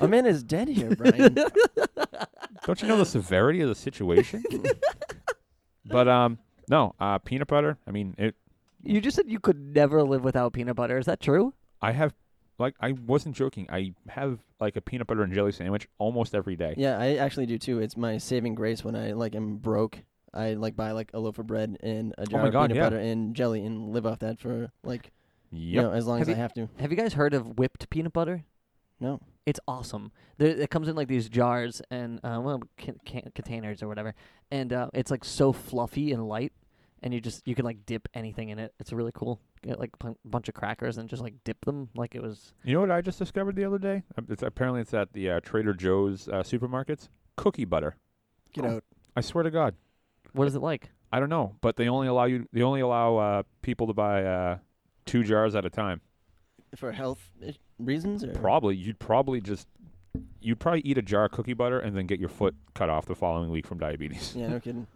A man is dead here, Brian. Don't you know the severity of the situation? but um, no, uh, peanut butter. I mean, it. you just said you could never live without peanut butter. Is that true? I have, like, I wasn't joking. I have like a peanut butter and jelly sandwich almost every day. Yeah, I actually do too. It's my saving grace when I like am broke. I like buy like a loaf of bread and a jar Oh my of God, peanut yeah. butter and jelly and live off that for like you Yep. know as long Have as I you- have to. Have you guys heard of whipped peanut butter? No. It's awesome. There, it comes in like these jars and uh, well, can, can, containers or whatever, and uh, it's like so fluffy and light, and you just you can like dip anything in it. It's really cool. Get like a bunch of crackers and just like dip them like it was. You know what I just discovered the other day? Uh, It's apparently it's at the uh, Trader Joe's uh, supermarkets. Cookie butter. Get Oh. out. I swear to God, What is it like? I don't know, but they only allow you. They only allow uh, people to buy uh, two jars at a time. For health i- reasons or Probably you'd probably just. You'd probably eat a jar of cookie butter and then get your foot cut off the following week from diabetes. Yeah, no kidding.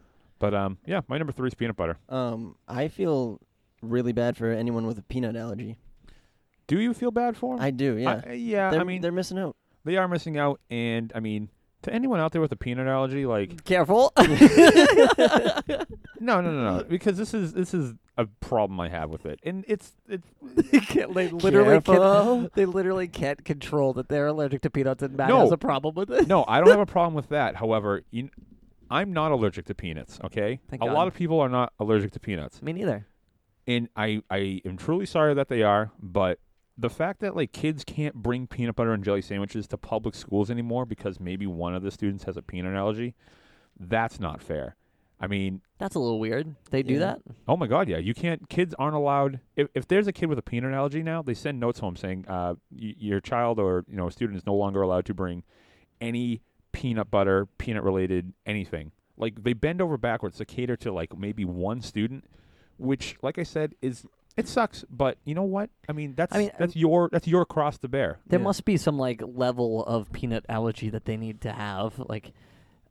But um, yeah, my number three is peanut butter. Um I feel really bad for anyone with a peanut allergy. Do you feel bad for 'em? I do, yeah. I, yeah. they're, I mean, they're missing out. they are missing out, and I mean, to anyone out there with a peanut allergy, like, Careful. no, no, no, no, because this is this is a problem I have with it, and it's it's they, can't, they literally Careful. can't. They literally can't control that they're allergic to peanuts, and Matt No. has a problem with it. no, I don't have a problem with that. However, you, I'm not allergic to peanuts. Okay, Thank a God. lot of people are not allergic to peanuts, Me neither. and I I am truly sorry that they are, but. The fact that like kids can't bring peanut butter and jelly sandwiches to public schools anymore because maybe one of the students has a peanut allergy, that's not fair. I mean, That's a little weird. They do Yeah. that. oh my God, yeah. You can't. Kids aren't allowed. If, if there's a kid with a peanut allergy now, they send notes home saying uh, y- your child or you know a student is no longer allowed to bring any peanut butter, peanut related anything. Like they bend over backwards to cater to like maybe one student, which, like I said, is it sucks. But you know what? I mean, that's mean, um, that's your that's your cross to bear. There Yeah. must be some like level of peanut allergy that they need to have. Like,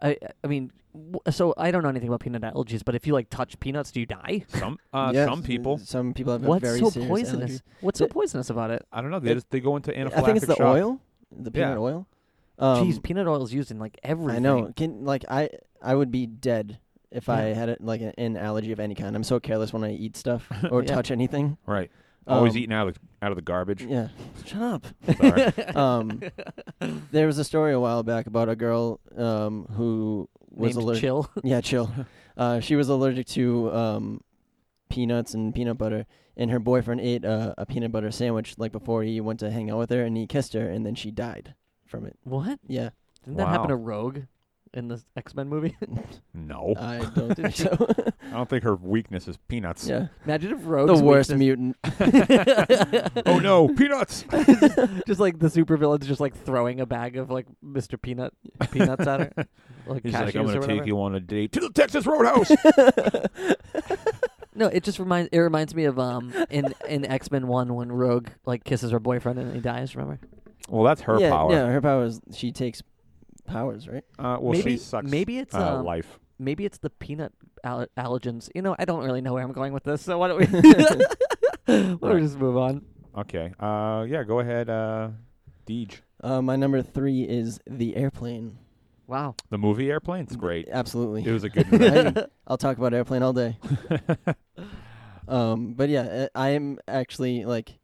I I mean, w- so I don't know anything about peanut allergies, but if you like touch peanuts, do you die? Some uh, Yes, some people. Some people have a What's very so serious poisonous? allergy. What's so It- poisonous about it? I don't know. They just they go into anaphylactic I think it's the shock. oil, the peanut Yeah. oil. Um, Jeez, peanut oil is used in like everything. I know. Can like I I would be dead if I had a, like a, an allergy of any kind. I'm so careless when I eat stuff or Yeah. touch anything. Right. Always Um, eating out of the, out of the garbage. Yeah. Shut up. Sorry. Um, there was a story a while back about a girl um, who was Named allergic. chill. Yeah, chill. Uh, she was allergic to um, peanuts and peanut butter, and her boyfriend ate uh, a peanut butter sandwich like before he went to hang out with her, and he kissed her, and then she died from it. What? Yeah, Didn't that happen Wow. to Rogue in the X Men movie? no, I don't think so. I don't think her weakness is peanuts. yeah, Imagine if Rogue. the worst mutant. Oh no, peanuts! just like the supervillain's just like throwing a bag of like Mr. Peanut peanuts at her. Like cashews He's like, I'm or gonna whatever. take you on a date to the Texas Roadhouse. No, it just reminds it reminds me of um in in X Men One when Rogue like kisses her boyfriend and he dies. Remember? well, that's her yeah, power. Yeah, her power is she takes powers, right? Uh, well, maybe she sucks. maybe it's uh, um, life. maybe it's the peanut al- allergens. You know, I don't really know where I'm going with this, so why don't we why don't we Right. just move on? Okay. Uh, yeah. Go ahead. Uh, Deej. Uh, my number three is the airplane. Wow. The movie Airplane. It's great. It Absolutely, was a good movie. I, I'll talk about airplane all day. Um, but yeah, I I am actually like,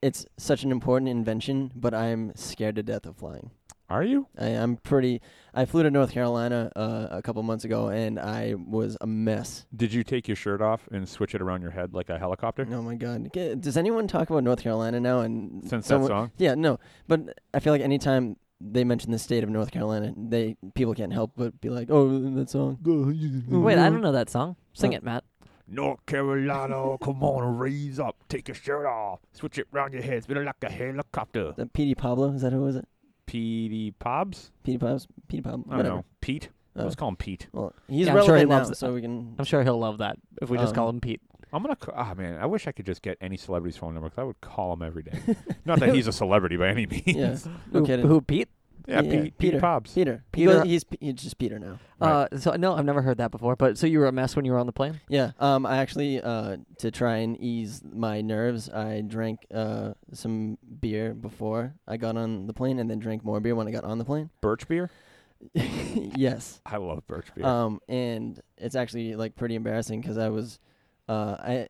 it's such an important invention, but I'm scared to death of flying. Are you? I, I'm pretty. I flew to North Carolina uh, a couple months ago, and I was a mess. Did you take your shirt off and switch it around your head like a helicopter? Oh my god! G- Does anyone talk about North Carolina now? And Since that someone- song. yeah, no. But I feel like anytime they mention the state of North Carolina, they people can't help but be like, "Oh, that song." Mm-hmm. Wait, I don't know that song. Sing Oh. it, Matt. North Carolina, come on, raise up, take your shirt off, switch it round your head, spin it like a helicopter. That Petey Pablo is that who was it? Petey Pobs? Petey Pablo. Petey Pablo. I don't whatever. know. Pete? Uh, Let's call him Pete. well, he's Yeah, I'm sure he relevant now, loves it. so we can. I'm sure he'll love that if we just call him Pete. I'm gonna. c ah man, I wish I could just get any celebrity's phone number 'cause I would call him every day. Not that he's a celebrity by any means. Yeah. Who, Okay. who Pete? Yeah, Yeah, Pete, Peter. Pete Pobs. Peter. He Peter- goes- he's P- he's just Peter now. Right. Uh, so no, I've never heard that before. But so you were a mess when you were on the plane. Yeah. Um. I actually, uh, to try and ease my nerves, I drank uh some beer before I got on the plane, and then drank more beer when I got on the plane. Birch beer. yes. I love birch beer. Um. And it's actually like pretty embarrassing because I was, uh, I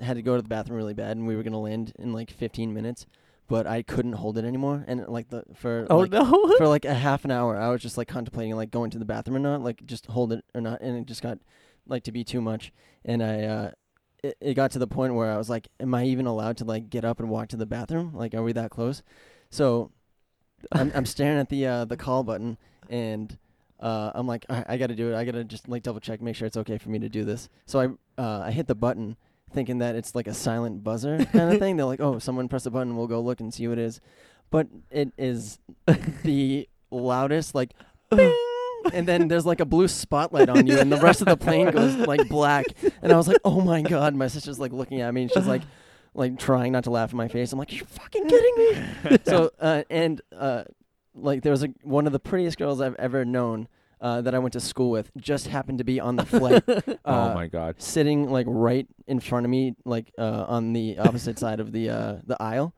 had to go to the bathroom really bad, and we were gonna land in like 15 minutes, but I couldn't hold it anymore, and like the for Oh like, no! for like a half an hour, I was just like contemplating like going to the bathroom or not, like just hold it or not, and it just got like to be too much, and I uh, it, it got to the point where I was like, am I even allowed to like get up and walk to the bathroom? Like, are we that close? So I'm I'm staring at the uh, the call button, and uh, I'm like, I, I got to do it. I got to just like double check, make sure it's okay for me to do this. So I uh, I hit the button. Thinking that it's like a silent buzzer kind of thing. They're like, oh, someone pressed a button. We'll go look and see what it is. But it is the loudest like bing, and then there's like a blue spotlight on you and the rest of the plane goes like black and i was like oh my god my sister's like looking at me and she's like like trying not to laugh in my face i'm like you fucking kidding me so uh, and uh, like there was a, one of the prettiest girls i've ever known uh, that i went to school with just happened to be on the flight uh, oh my god. sitting like right in front of me, like uh, on the opposite side of the uh, the aisle,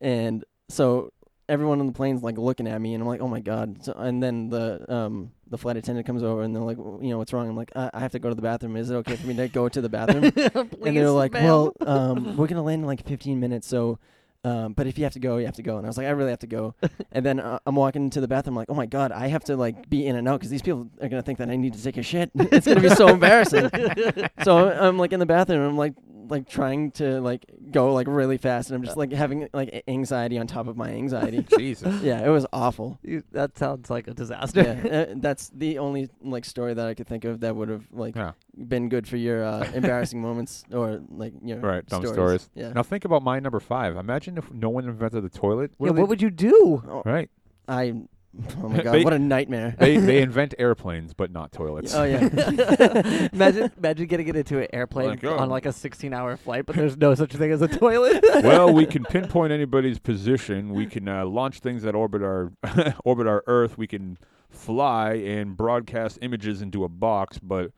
and so everyone on the plane's like looking at me, and I'm like, oh my god. So and then the um the flight attendant comes over, and they're like, "W- you know, what's wrong? I'm like, I, I have to go to the bathroom. Is it okay for me to go to the bathroom? and they're like, well, um, we're gonna land in like 15 minutes, so. Um, but if you have to go, you have to go. And I was like, I really have to go. and then uh, I'm walking to the bathroom, like, oh my god, I have to like be in and out because these people are gonna think that I need to take a shit. it's gonna be so embarrassing. so I'm like in the bathroom. I'm like like trying to like go like really fast, and I'm just like having like a- anxiety on top of my anxiety. Jesus. yeah, it was awful. You- that sounds like a disaster. Yeah, uh, that's the only like story that I could think of that would have like Yeah. been good for your uh, embarrassing moments or like you know Right, dumb stories. stories. Yeah. Now think about my number five. Imagine if no one invented the toilet. Yeah, do what they- would you do? Oh, right? I. Oh my god! They- what a nightmare. They they invent airplanes, but not toilets. oh yeah. imagine, imagine getting it into an airplane Like, on oh. like a 16-hour flight, but there's no such thing as a toilet. well, we can pinpoint anybody's position. We can uh, launch things that orbit our orbit our Earth. We can fly and broadcast images into a box, but.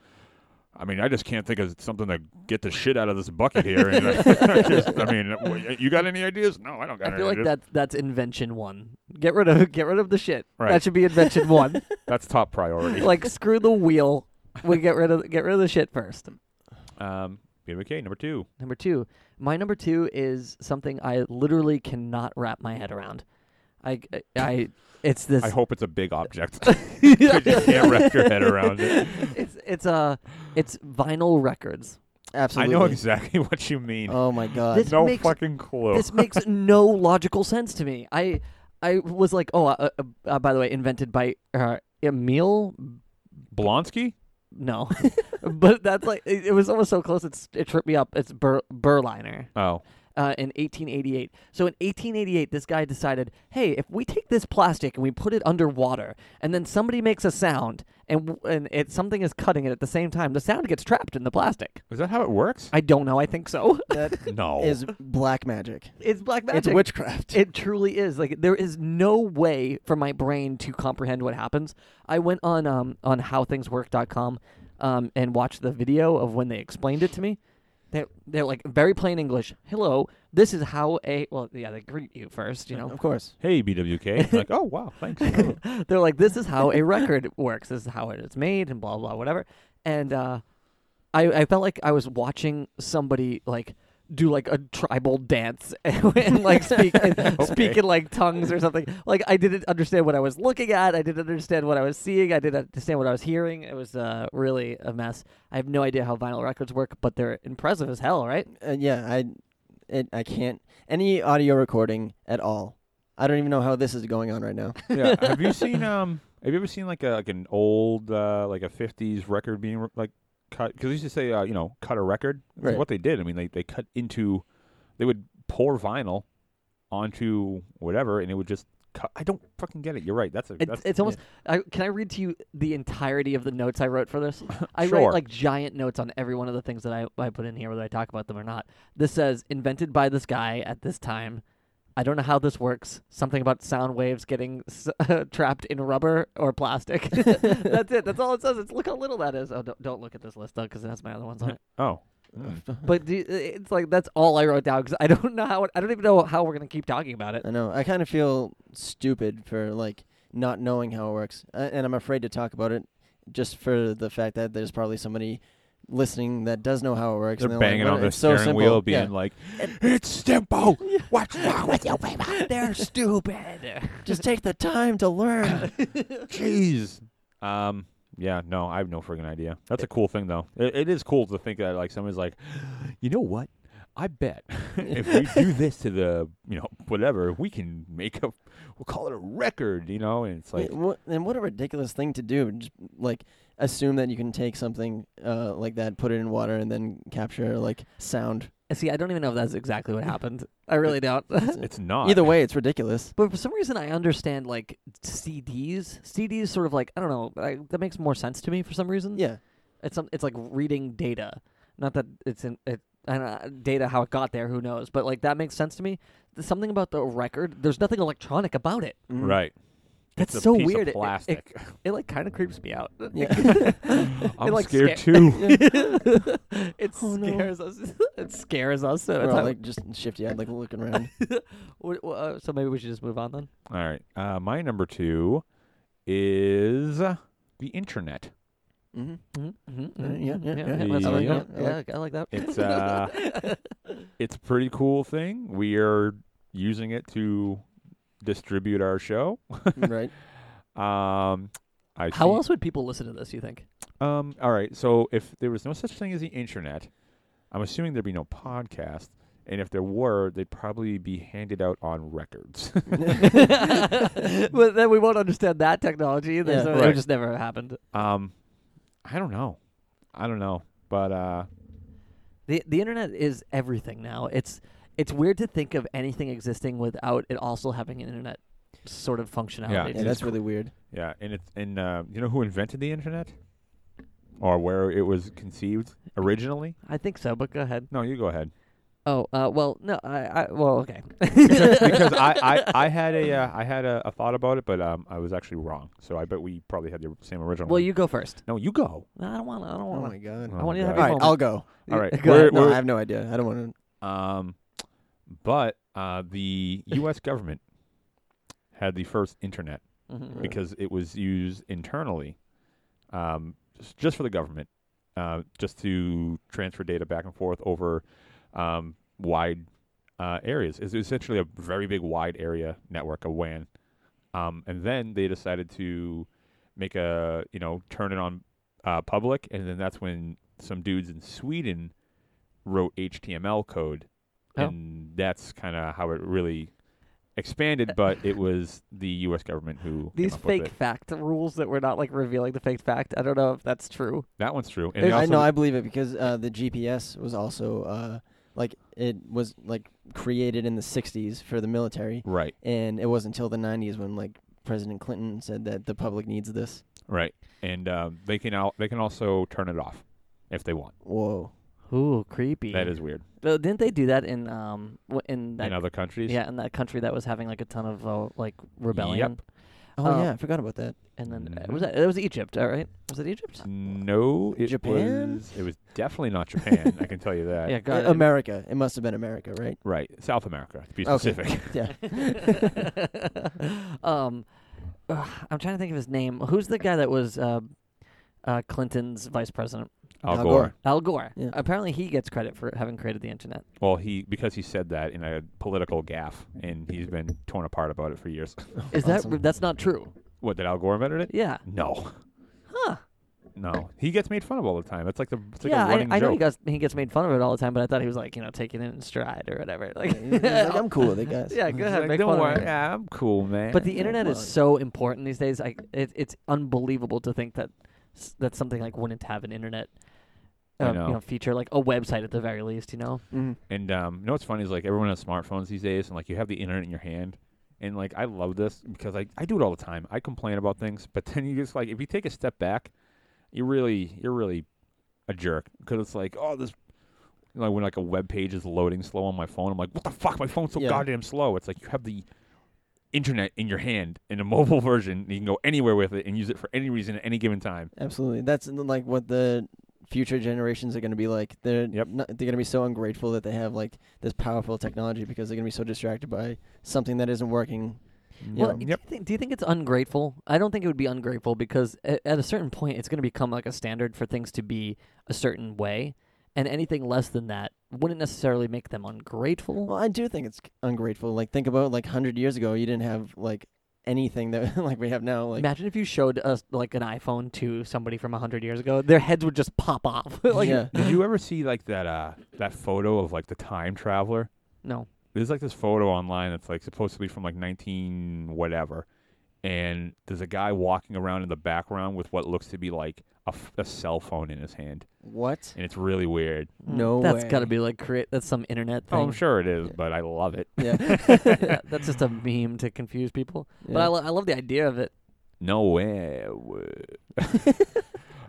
I mean, I just can't think of something to get the shit out of this bucket here. And I, just, I mean, w- you got any ideas? No, I don't I got any feel like ideas. that that's invention one. Get rid of get rid of the shit. Right. That should be invention one. That's top priority. like screw the wheel. We get rid of get rid of the shit first. um, BMK, number two. Number two, my number two is something I literally cannot wrap my head around. I I, I it's this. I hope it's a big object. 'Cause you can't wrap your head around it. it's it's uh it's vinyl records. Absolutely. I know exactly what you mean. Oh my god. Uh, This no makes- fucking clue. This makes no logical sense to me. I I was like, oh, uh, uh, uh, by the way, invented by uh, Emil Blonsky? No, but that's like it, it was almost so close. It's it tripped me up. It's Ber- Berliner Oh, uh, in 1888. So in 1888, this guy decided, hey, if we take this plastic and we put it underwater, and then somebody makes a sound, and w- and it something is cutting it at the same time, the sound gets trapped in the plastic. is that how it works? I don't know. I think so. That no. is black magic. it's black magic. It's witchcraft. It truly is. Like there is no way for my brain to comprehend what happens. I went on um on howthingswork.com um and watched the video of when they explained it to me. They they're like very plain English. Hello, this is how a well yeah they greet you first. You know Uh, of course. hey, BWK. like, oh, wow, thanks. Oh. they're like this is how a record works. This is how it is made and blah blah whatever. And uh, I I felt like I was watching somebody like. Do like a tribal dance and, like speak and speak Okay. in like tongues or something. Like I didn't understand what I was looking at. I didn't understand what I was seeing. I didn't understand what I was hearing. It was uh, really a mess. I have no idea how vinyl records work, but they're impressive as hell, right? Uh, yeah, I it I can't any audio recording at all. I don't even know how this is going on right now. yeah. Have you seen, um, have you ever seen like a, like an old, uh, like a 50s record being re- like cut? Because they used to say, uh, you know, cut a record. That's Right. what they did. I mean, they, they cut into, they would pour vinyl onto whatever and it would just cut. I don't fucking get it. You're right. That's a, It's, that's, it's almost. I, can I read to you the entirety of the notes I wrote for this? I Sure. write like giant notes on every one of the things that I, I put in here, whether I talk about them or not. This says invented by this guy at this time. I don't know how this works. Something about sound waves getting s- trapped in rubber or plastic. That's it. That's all it says. It's look how little that is. Oh, don't, don't look at this list though, because it has my other ones on it. oh. But do, it's like that's all I wrote down because I don't know how. It, I don't even know how we're gonna keep talking about it. I know. I kind of feel stupid for like not knowing how it works, uh, and I'm afraid to talk about it just for the fact that there's probably somebody listening that does know how it works. They're and banging like, "Well, on the it's so steering simple." wheel, being Yeah. like, "It's simple. What's wrong with you They're stupid. just take the time to learn. Jeez. Um. Yeah. No, I have no friggin' idea. Eh. That's a cool thing, though. It, it is cool to think that like somebody's like, you know what? I bet if we do this to the you know whatever, we can make a we'll call it a record. You know, and it's like Wait, what, and what a ridiculous thing to do! Just, like assume that you can take something uh, like that, put it in water, and then capture like sound. See, I don't even know if that's exactly what happened. I really don't. it's not Either way, it's ridiculous. But for some reason, I understand like CDs. CDs sort of like I don't know. Like, that makes more sense to me for some reason. Yeah, it's some, it's like reading data. Not that it's in it. I don't know, data how it got there. Who knows? But like that makes sense to me. There's something about the record. There's nothing electronic about it. Mm-hmm. right. That's It's a so piece of weird. It- it- It, plastic. it, like kind of creeps me out. yeah. I'm like, scared sca- too. it Oh, no. scares us. it scares us. So, We're it's all, not- like just shifty eyed, like looking around. w- w- uh, so maybe we should just move on then. All right. Uh, my number two is the internet. hmm Mm-hmm. yeah, yeah, yeah. yeah, Yeah, that's I right, like yeah, that, I yeah, like- I like that. It's uh, it's a pretty cool thing. We are using it to distribute our show. right. Um, How I see- else would people listen to this? You think? Um, all right. So if there was no such thing as the internet, I'm assuming there'd be no podcast, and if there were, they'd probably be handed out on records. but then we won't understand that technology. either, Yeah. so It Right. just never happened. um, I don't know. I don't know, but uh, the The internet is everything now. It's it's weird to think of anything existing without it also having an internet sort of functionality. Yeah, It that's is really weird. yeah, and it's and uh, you know who invented the internet, or where it was conceived originally? I think so. But go ahead. No, you go ahead. Oh, uh, well, no, I, I well, okay. because I, I, I had a uh, I had a, a thought about it, but um, I was actually wrong. So I bet we probably had the same original. well, one. you go first. no, you go. No, I don't want. I don't Oh want. my god. Oh I want you to my have your All right, moment. I'll go. All right, Go we're, ahead. No, we're- I have no idea. I don't want um, but uh, the U.S. government had the first internet Mhm. because it was used internally, um, s- just for the government, uh, just to transfer data back and forth over um, wide uh, areas. It's essentially a very big wide area network, a WAN. Um, and then they decided to make a, you know, turn it on uh, public. And then that's when some dudes in Sweden wrote HTML code. Oh. And that's kind of how it really expanded, but it was the U.S. government who came These up with fake it. fact rules that we're not like revealing the fake fact. I don't know if that's true. That one's true. And to. they know. I also- know. I believe it because uh, the GPS was also uh, like it was like created in the '60s for the military, right, and it wasn't until the '90s when like President Clinton said that the public needs this. right, and um, they can al- they can also turn it off if they want. Whoa. Ooh, creepy. That is weird. Though, didn't they do that in um w- in that In other countries, yeah in that country that was having like a ton of uh, like rebellion? Oh Um, yeah, I forgot about that. And then uh, Mhm. was that it was Egypt? All right, was it Egypt? no, it Japan? was it was definitely not Japan. I can tell you that. yeah, Uh, God. America. It must have been America, right? Right, South America to be Okay. specific. yeah. um, ugh, I'm trying to think of his name. Who's the guy that was uh, uh, Clinton's vice president? Al, Al Gore. Gore. Al Gore. Yeah. Apparently, he gets credit for having created the internet. Well, he because he said that in a political gaffe, and he's been torn apart about it for years. Is Awesome. that that's not true? what did Al Gore invented it? Yeah. No, Huh. no, he gets made fun of all the time. It's like the it's like yeah, a I, running I joke. know he gets he gets made fun of it all the time, but I thought he was like you know taking it in stride or whatever. Like, He's like, I'm cool with it, guys. yeah, go He's ahead, like, make Don't fun worry, of it. yeah, I'm cool, man. But the Yeah, internet is well- so important these days. I it, it's unbelievable to think that s- that something like wouldn't have an internet I uh, know. you know feature like a website at the very least. You know, Mhm. And um, you know what's funny is like everyone has smartphones these days, and like you have the internet in your hand. And like I love this because I, I do it all the time. I complain about things, but then you just like if you take a step back, you really you're really a jerk because it's like oh this like when like a web page is loading slow on my phone, I'm like what the fuck my phone's so Yeah. goddamn slow. It's like you have the internet in your hand in a mobile version, and you can go anywhere with it and use it for any reason at any given time. Absolutely. That's n- like what the future generations are going to be like. They're Yep. not, they're going to be so ungrateful that they have like this powerful technology because they're going to be so distracted by something that isn't working. Well, Yeah. do, Yep. you think, do you think it's ungrateful? I don't think it would be ungrateful because at, at a certain point, it's going to become like a standard for things to be a certain way, and anything less than that wouldn't necessarily make them ungrateful. Well, I do think it's ungrateful. Like think about like 100 years ago you didn't have like anything that like we have now like Imagine if you showed us like an iPhone to somebody from hundred years ago, their heads would just pop off. like, yeah. Did you ever see like that uh that photo of like the time traveler? no, there's like this photo online that's like supposed to be from like 19 whatever and there's a guy walking around in the background with what looks to be like a, f- a cell phone in his hand What? and it's really weird No Mm. that's got to way. be like create. That's some internet thing. oh i'm sure it is but i love it Yeah. Yeah, that's just a meme to confuse people. But I, Yeah. lo- I love the idea of it. no way w- That-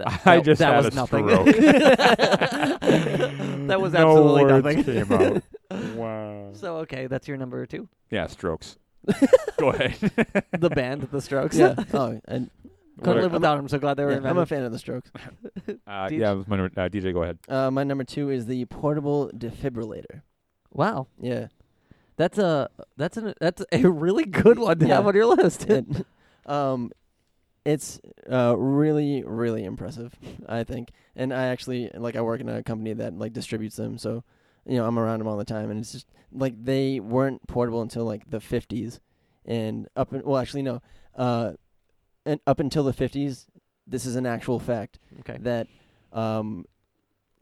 i that- just that had was a nothing. stroke that was absolutely no words nothing. came out. wow So okay, that's your number two. yeah strokes go ahead The band, The Strokes. yeah. Oh, and couldn't What- live without them. So glad they were yeah, I'm a invented. fan of the Strokes. uh, DJ. yeah it was my, number- uh, dj go ahead Uh, my number 2 is the portable defibrillator. wow, Yeah. that's a that's an that's a really good one to have Yeah. on your list. it, um, it's uh, really, really impressive, I think. And I actually like I work in a company that like distributes them, so you know I'm around them all the time. And it's just like they weren't portable until like the 50s, and up in, well actually no, uh, and up until the 50s, this is an actual fact okay. that um,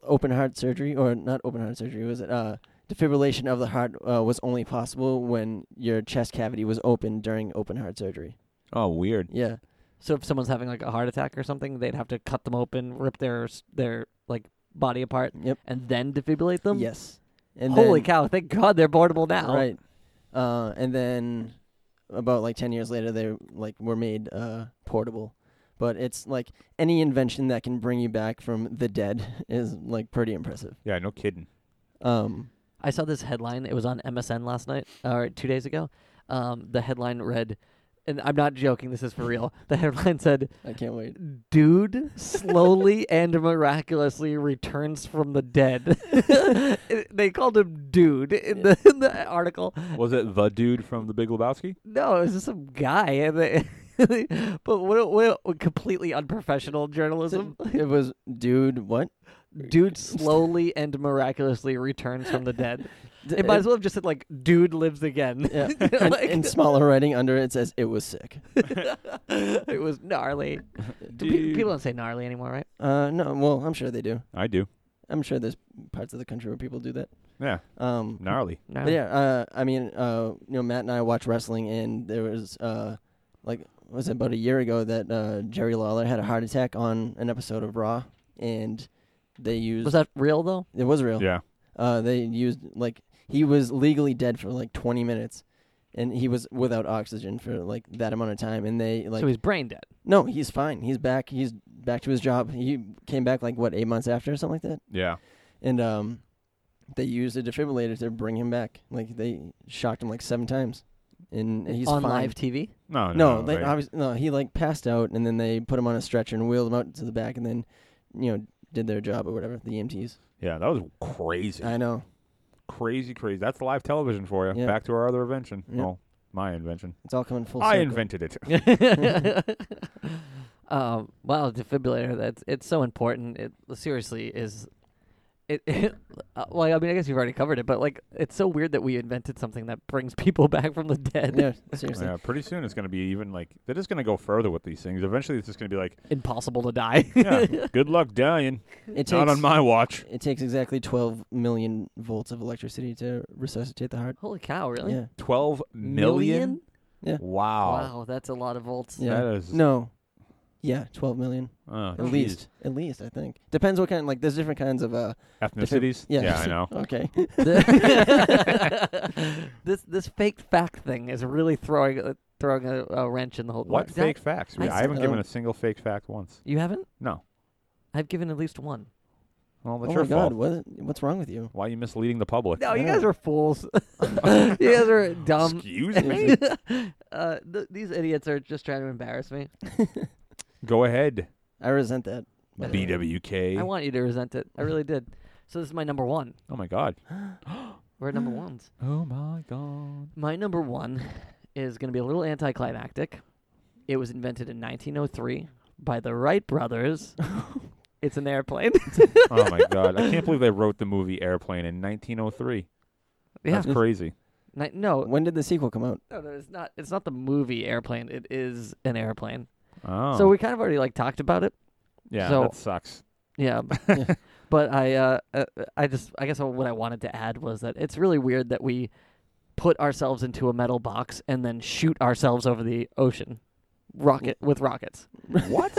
open heart surgery, or not open heart surgery, was it? Uh, defibrillation of the heart uh, was only possible when your chest cavity was open during open heart surgery. Oh, weird. Yeah. So if someone's having like a heart attack or something, they'd have to cut them open, rip their s- their like body apart, Yep. and then defibrillate them. Yes. And Holy then- cow! Thank God they're portable now. Right. Uh, and then about like 10 years later they like were made uh, portable. But it's like any invention that can bring you back from the dead is like pretty impressive. Yeah, no kidding. Um, I saw this headline. It was on MSN last night, or two days ago. Um, the headline read, and I'm not joking. This is for real. The headline said, I can't wait. "Dude slowly and miraculously returns from the dead." It- they called him Dude in the, in the article. Was it the dude from The Big Lebowski? No, it was just some guy. And they but what a, what a completely unprofessional journalism. it was dude what? Dude slowly and miraculously returns from the dead. It might as well have just said like, "Dude lives again." Yeah. You know, and, like- and smaller writing under it says it was sick. it was gnarly. Do pe- Dude. people don't say gnarly anymore, right? Uh, no, well, I'm sure they do. I do. I'm sure there's parts of the country where people do that. Yeah, Um, gnarly. No. But yeah, uh, I mean, uh, you know, Matt and I watch wrestling, and there was uh, like was it about a year ago that uh, Jerry Lawler had a heart attack on an episode of Raw, and they used Was that real though? it was real. Yeah. Uh, they used like he was legally dead for like 20 minutes, and he was without oxygen for like that amount of time, and they like so he's brain dead. no, he's fine. He's back. He's back to his job. He came back like what eight months after or something like that Yeah. and um, they used a defibrillator to bring him back. Like they shocked him like seven times, and he's on fine. live TV. No, no. No, they right. obviously no. He like passed out, and then they put him on a stretcher and wheeled him out to the back, and then you know did their job or whatever. The EMTs. yeah, that was crazy. I know crazy, crazy. That's live television for you. Yeah. Back to our other invention. Yeah. Well, my invention. it's all coming full I circle. invented it. um, wow, defibrillator. That's it's so important. It seriously is. It, it uh, well, I mean, I guess you've already covered it, but like, it's so weird that we invented something that brings people back from the dead. Yeah, seriously. yeah, pretty soon it's going to be even like they're just going to go further with these things. Eventually, it's just going to be like, Impossible to die. yeah, good luck dying. It takes Not on my watch. it takes exactly 12 million volts of electricity to resuscitate the heart. Holy cow! Really? Yeah. Twelve million. Yeah. Wow. Wow, that's a lot of volts. Yeah. That is No. Yeah, 12 million Oh, at geez. least. At least I think depends what kind. Like there's different kinds of uh. ethnicities. Yeah. yeah, I know. Okay. The- this this fake fact thing is really throwing uh, throwing a, a wrench in the whole. What Is that- fake facts? I I, said- haven't given Oh. a single fake fact once. You haven't? No. I've given at least one. Well, that's oh your my God! fault. What, what's wrong with you? Why are you misleading the public? No, you Yeah. guys are fools. you guys are Um, dumb. Excuse me. uh, th- these idiots are just trying to embarrass me. Go ahead, I resent that. by the way. BWK. I want you to resent it. I really did. So this is my number one. oh my God. We're at number ones. Oh my God. My number one is going to be a little anticlimactic. It was invented in 1903 by the Wright brothers. it's an airplane. oh my God. I can't believe they wrote the movie Airplane in 1903. yeah. That's crazy. Ni- no, When did the sequel come out? no, no, it's not. It's not the movie airplane. It is an airplane. Oh. So we kind of already like talked about it. yeah, so- that sucks. Yeah. but I, uh, uh, I just, I guess what I wanted to add was that it's really weird that we put ourselves into a metal box and then shoot ourselves over the ocean, rocket with rockets. what?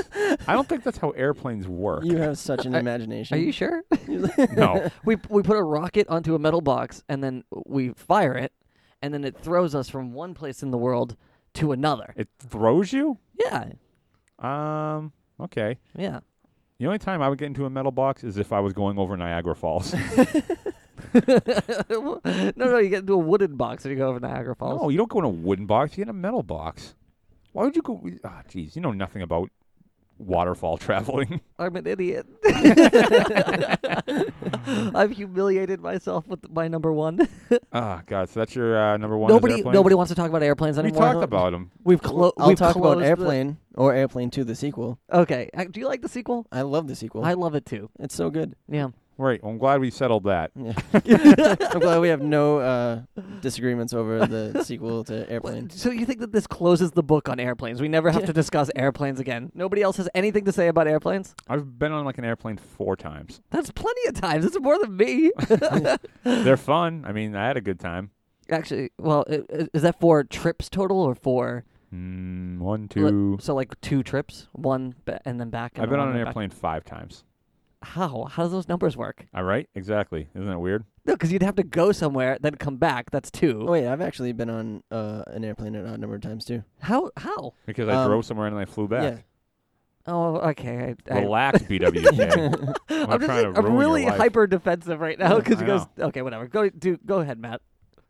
I don't think that's how airplanes work. You have such an Are- imagination. Are you sure? no. we we put a rocket onto a metal box and then we fire it, and then it throws us from one place in the world to another. It throws you? Yeah. Um, okay. Yeah. The only time I would get into a metal box is if I was going over Niagara Falls. no, no, you get into a wooden box and you go over Niagara Falls. No, you don't go in a wooden box. You get in a metal box. Why would you go? Ah, jeez, you know nothing about waterfall traveling. I'm an idiot. I've humiliated myself with my number one. Ah, God. So that's your uh, number one. is nobody, airplane? nobody wants to talk about airplanes We anymore. talked about him. We've, clo- I'll we've talk closed about the- Airplane or Airplane 2, the sequel. okay, Uh, do you like the sequel? I love the sequel. I love it too. it's so good. Yeah, Right. Well, I'm glad we settled that. Yeah. I'm glad we have no uh, disagreements over the sequel to What- Airplane. So you think that this closes the book on airplanes? We never have Yeah. to discuss airplanes again. Nobody else has anything to say about airplanes. I've been on like an airplane four times. That's plenty of times. It's more than me. They're fun. I mean, I had a good time. Actually, well, i- i- is that four trips total or four? Mm, one, li- two. So like two trips, one ba- and then back. And I've then been on one an and back. airplane five times. How? How do those numbers work? All right. Exactly. Isn't that weird? No, because you'd have to go somewhere, then come back. That's two. Oh, wait, I've actually been on uh, an airplane an odd number of times too. How? How? Because I Um, drove somewhere and then I flew back. Oh, okay. I, I, Relax, BWK. Yeah. I'm, I'm, just, trying like- to I'm ruin your really life. hyper defensive right now Yeah, because I you guys. Okay, whatever. Go do. Go ahead, Matt.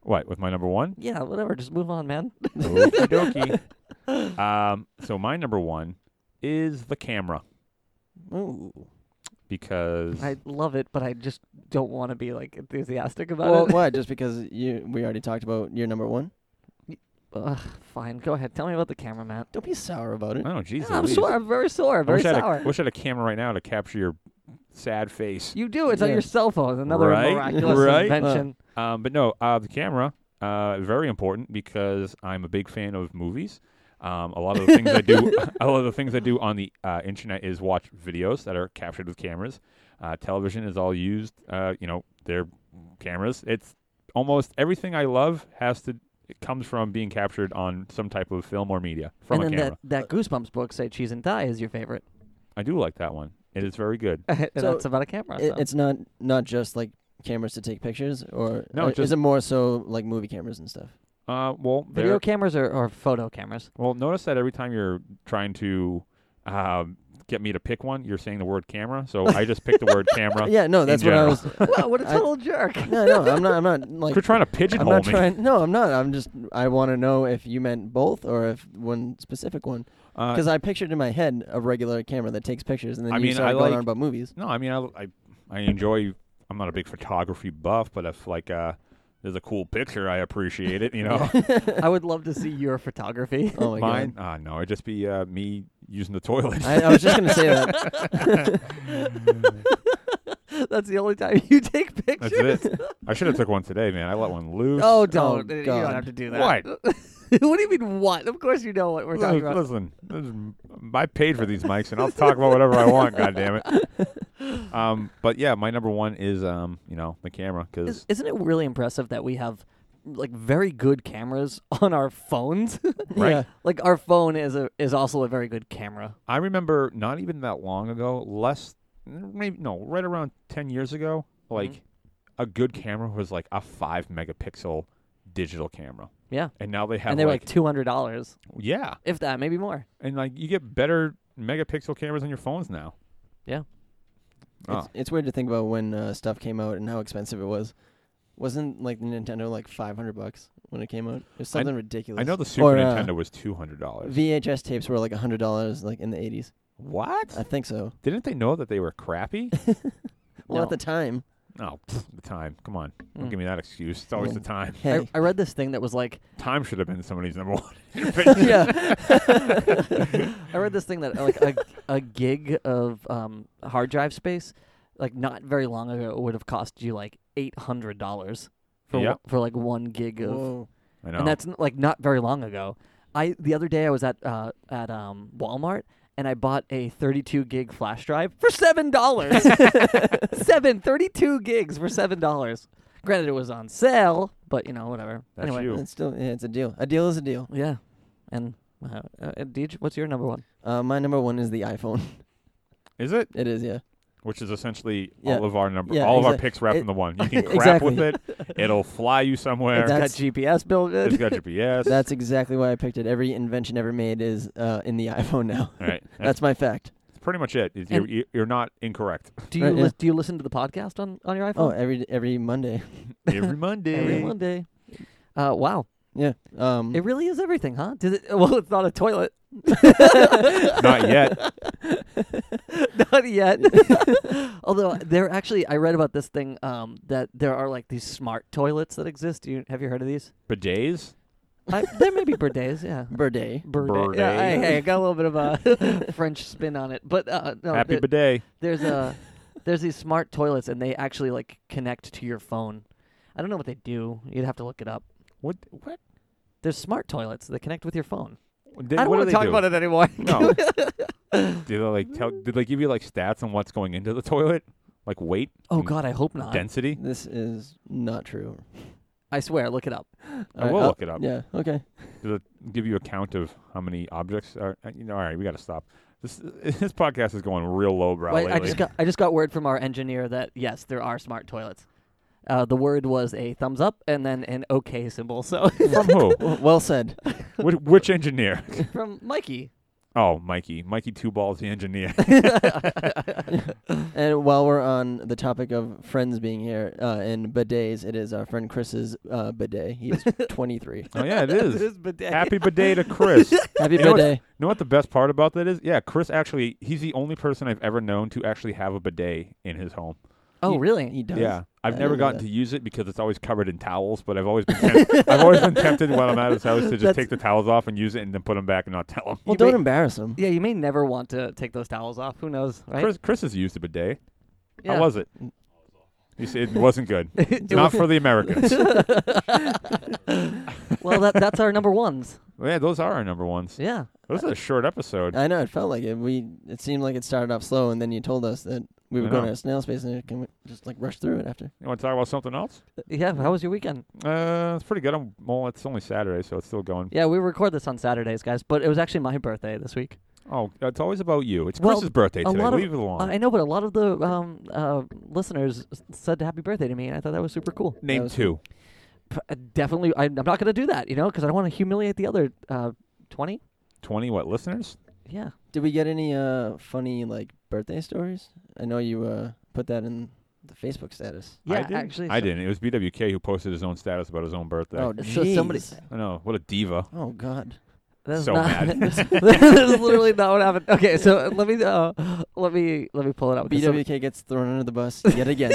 What with my number one? Yeah, whatever. Just move on, man. Okey dokey. um, so my number one is the camera Ooh. because I love it, but I just don't want to be like enthusiastic about Well, it. what? Just because you we already talked about your number one? Ugh, fine, go ahead. Tell me about the camera, Matt. Don't be sour about it. oh jeez, Yeah, I'm Louise. sore. I'm very sore. I Very wish I, had sour. a, wish I had a camera right now to capture your sad face. you do. It's on Yeah. your cell phone. Another Right? miraculous Right? invention. Um, but no, uh, the camera, uh, very important because I'm a big fan of movies. Um, a lot of the things I do, a lot of the things I do on the uh, internet is watch videos that are captured with cameras. Uh, television is all used, uh, you know, their cameras. It's almost everything I love has to it comes from being captured on some type of film or media from and a then camera. that that Goosebumps book, say Cheese and Die, is your favorite. I do like that one. It is very good. and So, that's about a camera. It, so. it's not not just like cameras to take pictures, or No, or just- is it more so like movie cameras and stuff? Uh, well, Video there- cameras or, or photo cameras? Well, notice that every time you're trying to um, get me to pick one, you're saying the word camera. So I just picked the word camera. Yeah, no, in that's what I general. was. wow, what a I- total jerk. No, no, I'm not. I'm not like. You're trying to I'm pigeonhole not me. trying. No, I'm not. I'm just. I want to know if you meant both or if one specific one. Uh, Because I pictured in my head a regular camera that takes pictures, and then I you mean, started I going like- on about movies. no, I mean I, I I enjoy. I'm not a big photography buff, but if like uh, there's a cool picture, I appreciate it. You know, I would love to see your photography. Oh my mine. Uh, no, it'd just be uh, me using the toilet. god! I, I was just gonna say that. that's the only time you take pictures. That's it. I should have took one today, man. I let one loose. Oh, don't. you don't God. have to do that. What? what do you mean, what? Of course you know what we're talking about. Listen, this is- I paid for these mics, and I'll talk about whatever I want. God damn it. Um, but yeah, my number one is um, you know, the camera because Is, isn't it really impressive that we have like very good cameras on our phones? Right. Yeah. like our phone is a is also a very good camera. I remember not even that long ago, less maybe no, right around ten years ago, Mm-hmm. like a good camera was like a five megapixel digital camera, Yeah. and now they have And they were like two hundred dollars, yeah, if that, maybe more. and like you get better megapixel cameras on your phones now. Yeah. Oh. It's, it's weird to think about when uh, stuff came out and how expensive it was. Wasn't like the Nintendo like 500 bucks when it came out? It was I- something ridiculous. I know the Super Or, uh, Nintendo was two hundred dollars. VHS tapes were like hundred dollars, like in the 80s. what? I think so. Didn't they know that they were crappy? Well, No. at the time, oh, pff, the time. Come on. Don't Mm. give me that excuse. It's always the Mm. time. hey, I, I read this thing that was like Time should have been somebody's number one. yeah, I read this thing that like a, a gig of um, hard drive space, like not very long ago, would have cost you like eight hundred dollars for Yep. one- for like one gig of Whoa. I know. and that's n- like not very long ago. I the other day I was at uh, at um, Walmart and I bought a 32 gig flash drive for seven dollars. seven 32 gigs for seven dollars. Granted, it was on sale, but you know whatever. That's anyway, you. it's still yeah, it's a deal. A deal is a deal. yeah. And uh, uh, Deej, what's your number one? Uh, my number one is the iPhone. Is it? It is, yeah. Which is essentially Yeah. all of our number, Yeah, all of our exac- picks wrapped it- in the one. You can crap Exactly. with it. It'll fly you somewhere. Exact- Got That's- GPS built It's in. got GPS. That's exactly why I picked it. Every invention ever made is uh, in the iPhone now. all right. That's, That's my fact. pretty much it. It's- And- you're, you're not incorrect. Do you Right, yeah. lis- do you listen to the podcast on on your Oh, iPhone? every every Monday. Every Monday. Every Monday. Uh, wow, Yeah. Um, it really is everything, huh? Does it? Well, it's not a toilet, Not yet. not yet. Although uh, there actually, I read about this thing um, that there are like these smart toilets that exist. Do you have you heard of these? Bidets? I, there may be bidets, yeah. Birthday. Bidet. Yeah, Bidet. hey, hey, I got a little bit of a French spin on it, but uh, no, Happy there- bidet. there's a there's these smart toilets and they actually like connect to your phone. I don't know what they do. You'd have to look it up. What? What? There's smart toilets that connect with your phone. Did, I don't what want to talk about it anymore. No. did they like tell? Did they give you like stats on what's going into the toilet? Like weight? oh and God, I hope not. Density? This is not true. I swear, look it up. I will look it up. Yeah. Okay. Did it give you a count of how many objects are? uh, You know, all right, we got to stop. This this podcast is going real low brow Wait, lately. I just got I just got word from our engineer that yes, there are smart toilets. Uh, the word was a thumbs up and then an OK symbol. So From who? W- Well said. which, which engineer? from Mikey. Oh, Mikey. Mikey Two Balls, the engineer. And while we're on the topic of friends being here uh, and bidets, it is our friend Chris's uh, bidet. He is 23. oh yeah, it It is. is bidet. Happy bidet to Chris. Happy You know what's- bidet. You know what the best part about that is? Yeah, Chris actually, he's the only person I've ever known to actually have a bidet in his home. Oh really? He does. Yeah, I've I never didn't know gotten that. to use it because it's always covered in towels. But I've always been tempt- I've always been tempted when I'm at his house to just That's- take the towels off and use it and then put them back and not tell him. Well, You don't may- embarrass him. yeah, you may never want to take those towels off. Who knows, right? Chris, Chris has used a bidet. yeah. How was it? You see, it wasn't good. It not for the Americans. well, that, that's our number ones. yeah, those are our number ones. Yeah. This is a short episode. I know it felt like it. We it seemed like it started off slow, and then you told us that we were I going know. at a snail's pace, and it can we just like rush through it after. You want to talk about something else? Yeah. How was your weekend? Uh, it's pretty good. I'm, well, it's only Saturday, so it's still going. Yeah, we record this on Saturdays, guys, but it was actually my birthday this week. Oh, it's always about you. It's Well, Chris's birthday a today. lot of- Leave it alone. I know, but a lot of the um, uh, listeners s- said happy birthday to me, and I thought that was super cool. Name was- two. P- uh, definitely, I, I'm not going to do that, you know, because I don't want to humiliate the other uh, 20. 20 what listeners? Yeah. Did we get any uh funny like birthday stories? I know you uh put that in the Facebook status. Yeah, I didn't. actually. I so- didn't. It was BWK who posted his own status about his own birthday. Oh, So somebody- jeez. I know. What a diva. Oh God. That's So not, mad. that's literally not what happened. Okay, so let me uh, let me let me pull it up. 'cause some- BWK gets thrown under the bus yet again.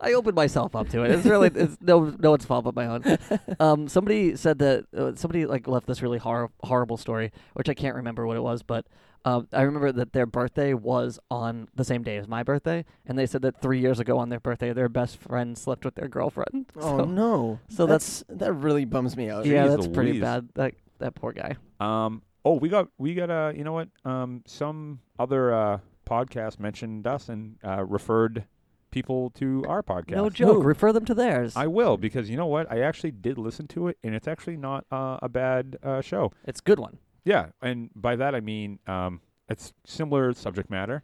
I opened myself up to it. It's really it's no no one's fault but my own. Um, somebody said that uh, somebody like left this really hor- horrible story, which I can't remember what it was, but um, I remember that their birthday was on the same day as my birthday, and they said that three years ago on their birthday, their best friend slept with their girlfriend. oh so, no. so that's, that really bums me out. yeah, Jeez that's pretty Louise. bad. That that poor guy. Um. Oh, we got we got uh, you know what? Um. Some other uh podcast mentioned us and uh, referred people to our podcast. No joke. Who? Refer them to theirs. I will because you know what? I actually did listen to it, and it's actually not uh, a bad uh, show. it's a good one. Yeah, and by that I mean um, it's similar subject matter,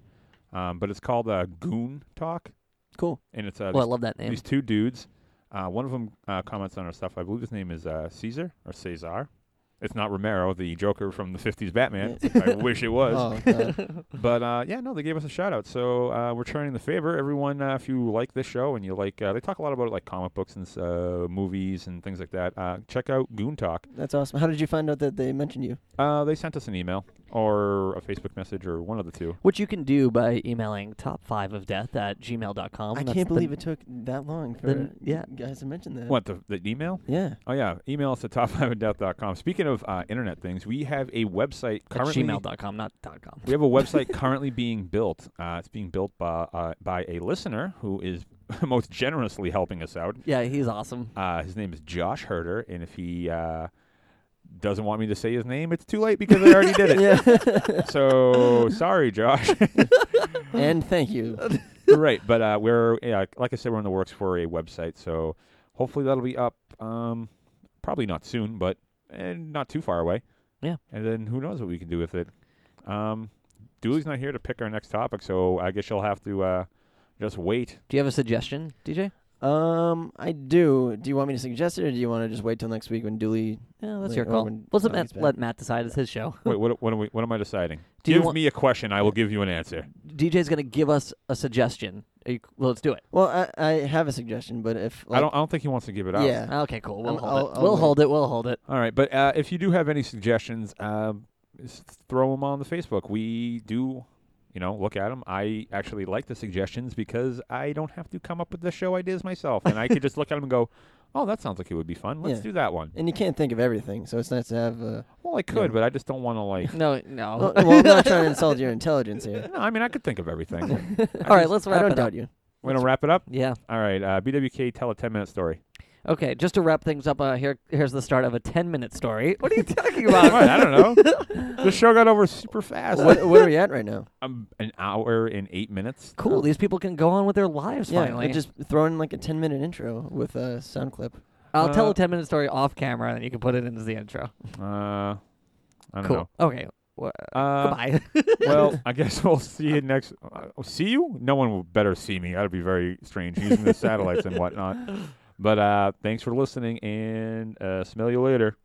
um, but it's called uh, Goon Talk, Cool. and it's uh, Well, I love that name. these two dudes. Uh, one of them uh, comments on our stuff. I believe his name is uh, Caesar or Cesar. It's not Romero, the Joker from the '50s Batman. I wish it was. Oh God. But uh, yeah, no, they gave us a shout out, so uh, we're turning the favor. Everyone, uh, if you like this show and you like, uh, they talk a lot about like comic books and uh, movies and things like that. Uh, check out Goon Talk. that's awesome. How did you find out that they mentioned you? Uh, they sent us an email or a Facebook message or one of the two. Which you can do by emailing top five of death at gmail.com. I can't believe it took that long for the- yeah. guys to mention that. What the, the email? Yeah. Oh yeah, email us at top five com. Speaking of uh, internet things, we have a website currently. gmail.com, not dot com. We have a website currently being built. Uh, it's being built by uh, by a listener who is most generously helping us out. Yeah, he's awesome. Uh, his name is Josh Herder, and if he uh, doesn't want me to say his name, it's too late because I already did it. So sorry, Josh. and thank you. right, but uh, we're yeah, like I said, we're in the works for a website, so hopefully that'll be up. Um, probably not soon, but and not too far away. Yeah. And then who knows what we can do with it? Um, Dooley's not here to pick our next topic, so I guess you'll have to uh, just wait. Do you have a suggestion, DJ? Um, I do. Do you want me to suggest it, or do you want to just wait till next week when Dooley? Yeah, that's Like, your or call. when Let's let Doug Matt, gets back. let Matt decide. It's his show. Wait, what? What am, we, what am I deciding? Do you Give want- me a question. I will give you an answer. DJ's going to give us a suggestion. Are you, well, let's do it. Well, I, I have a suggestion, but if like, I don't. I don't think he wants to give it out. Yeah. Okay, cool. We'll Um, hold I'll- it. I'll we'll wait. hold it. We'll hold it. All right, but uh, if you do have any suggestions, um, s- throw them on the Facebook. We do, you know, look at them. I actually like the suggestions because I don't have to come up with the show ideas myself, and I could just look at them and go, oh, that sounds like it would be fun. Let's Yeah. do that one. And you can't think of everything, so it's nice to have. Uh, Well, I could, but I just don't want to like. No, no. well, well, I'm not trying to insult your intelligence here. No, I mean I could think of everything. All right, let's wrap I it don't up. doubt you. We're gonna wrap it up. Yeah. All right, uh, BWK, tell a ten-minute story. Okay, just to wrap things up, uh, here here's the start of a 10 minute story. What are you talking All about? right, I don't know. The show got over super fast. What, what are we at right now? Um, an hour and eight minutes. cool. These people can go on with their lives finally. Yeah, just throw in like a 10 minute intro with a sound clip. I'll tell uh, a 10 minute story off camera and then you can put it into the intro. Uh, I don't Cool. know. Okay. Wha- Uh, Goodbye. well, I guess we'll see you next. Uh, oh, see you? No one will better see me. That'd be very strange using the satellites and whatnot. But uh, thanks for listening, and uh, smell you later.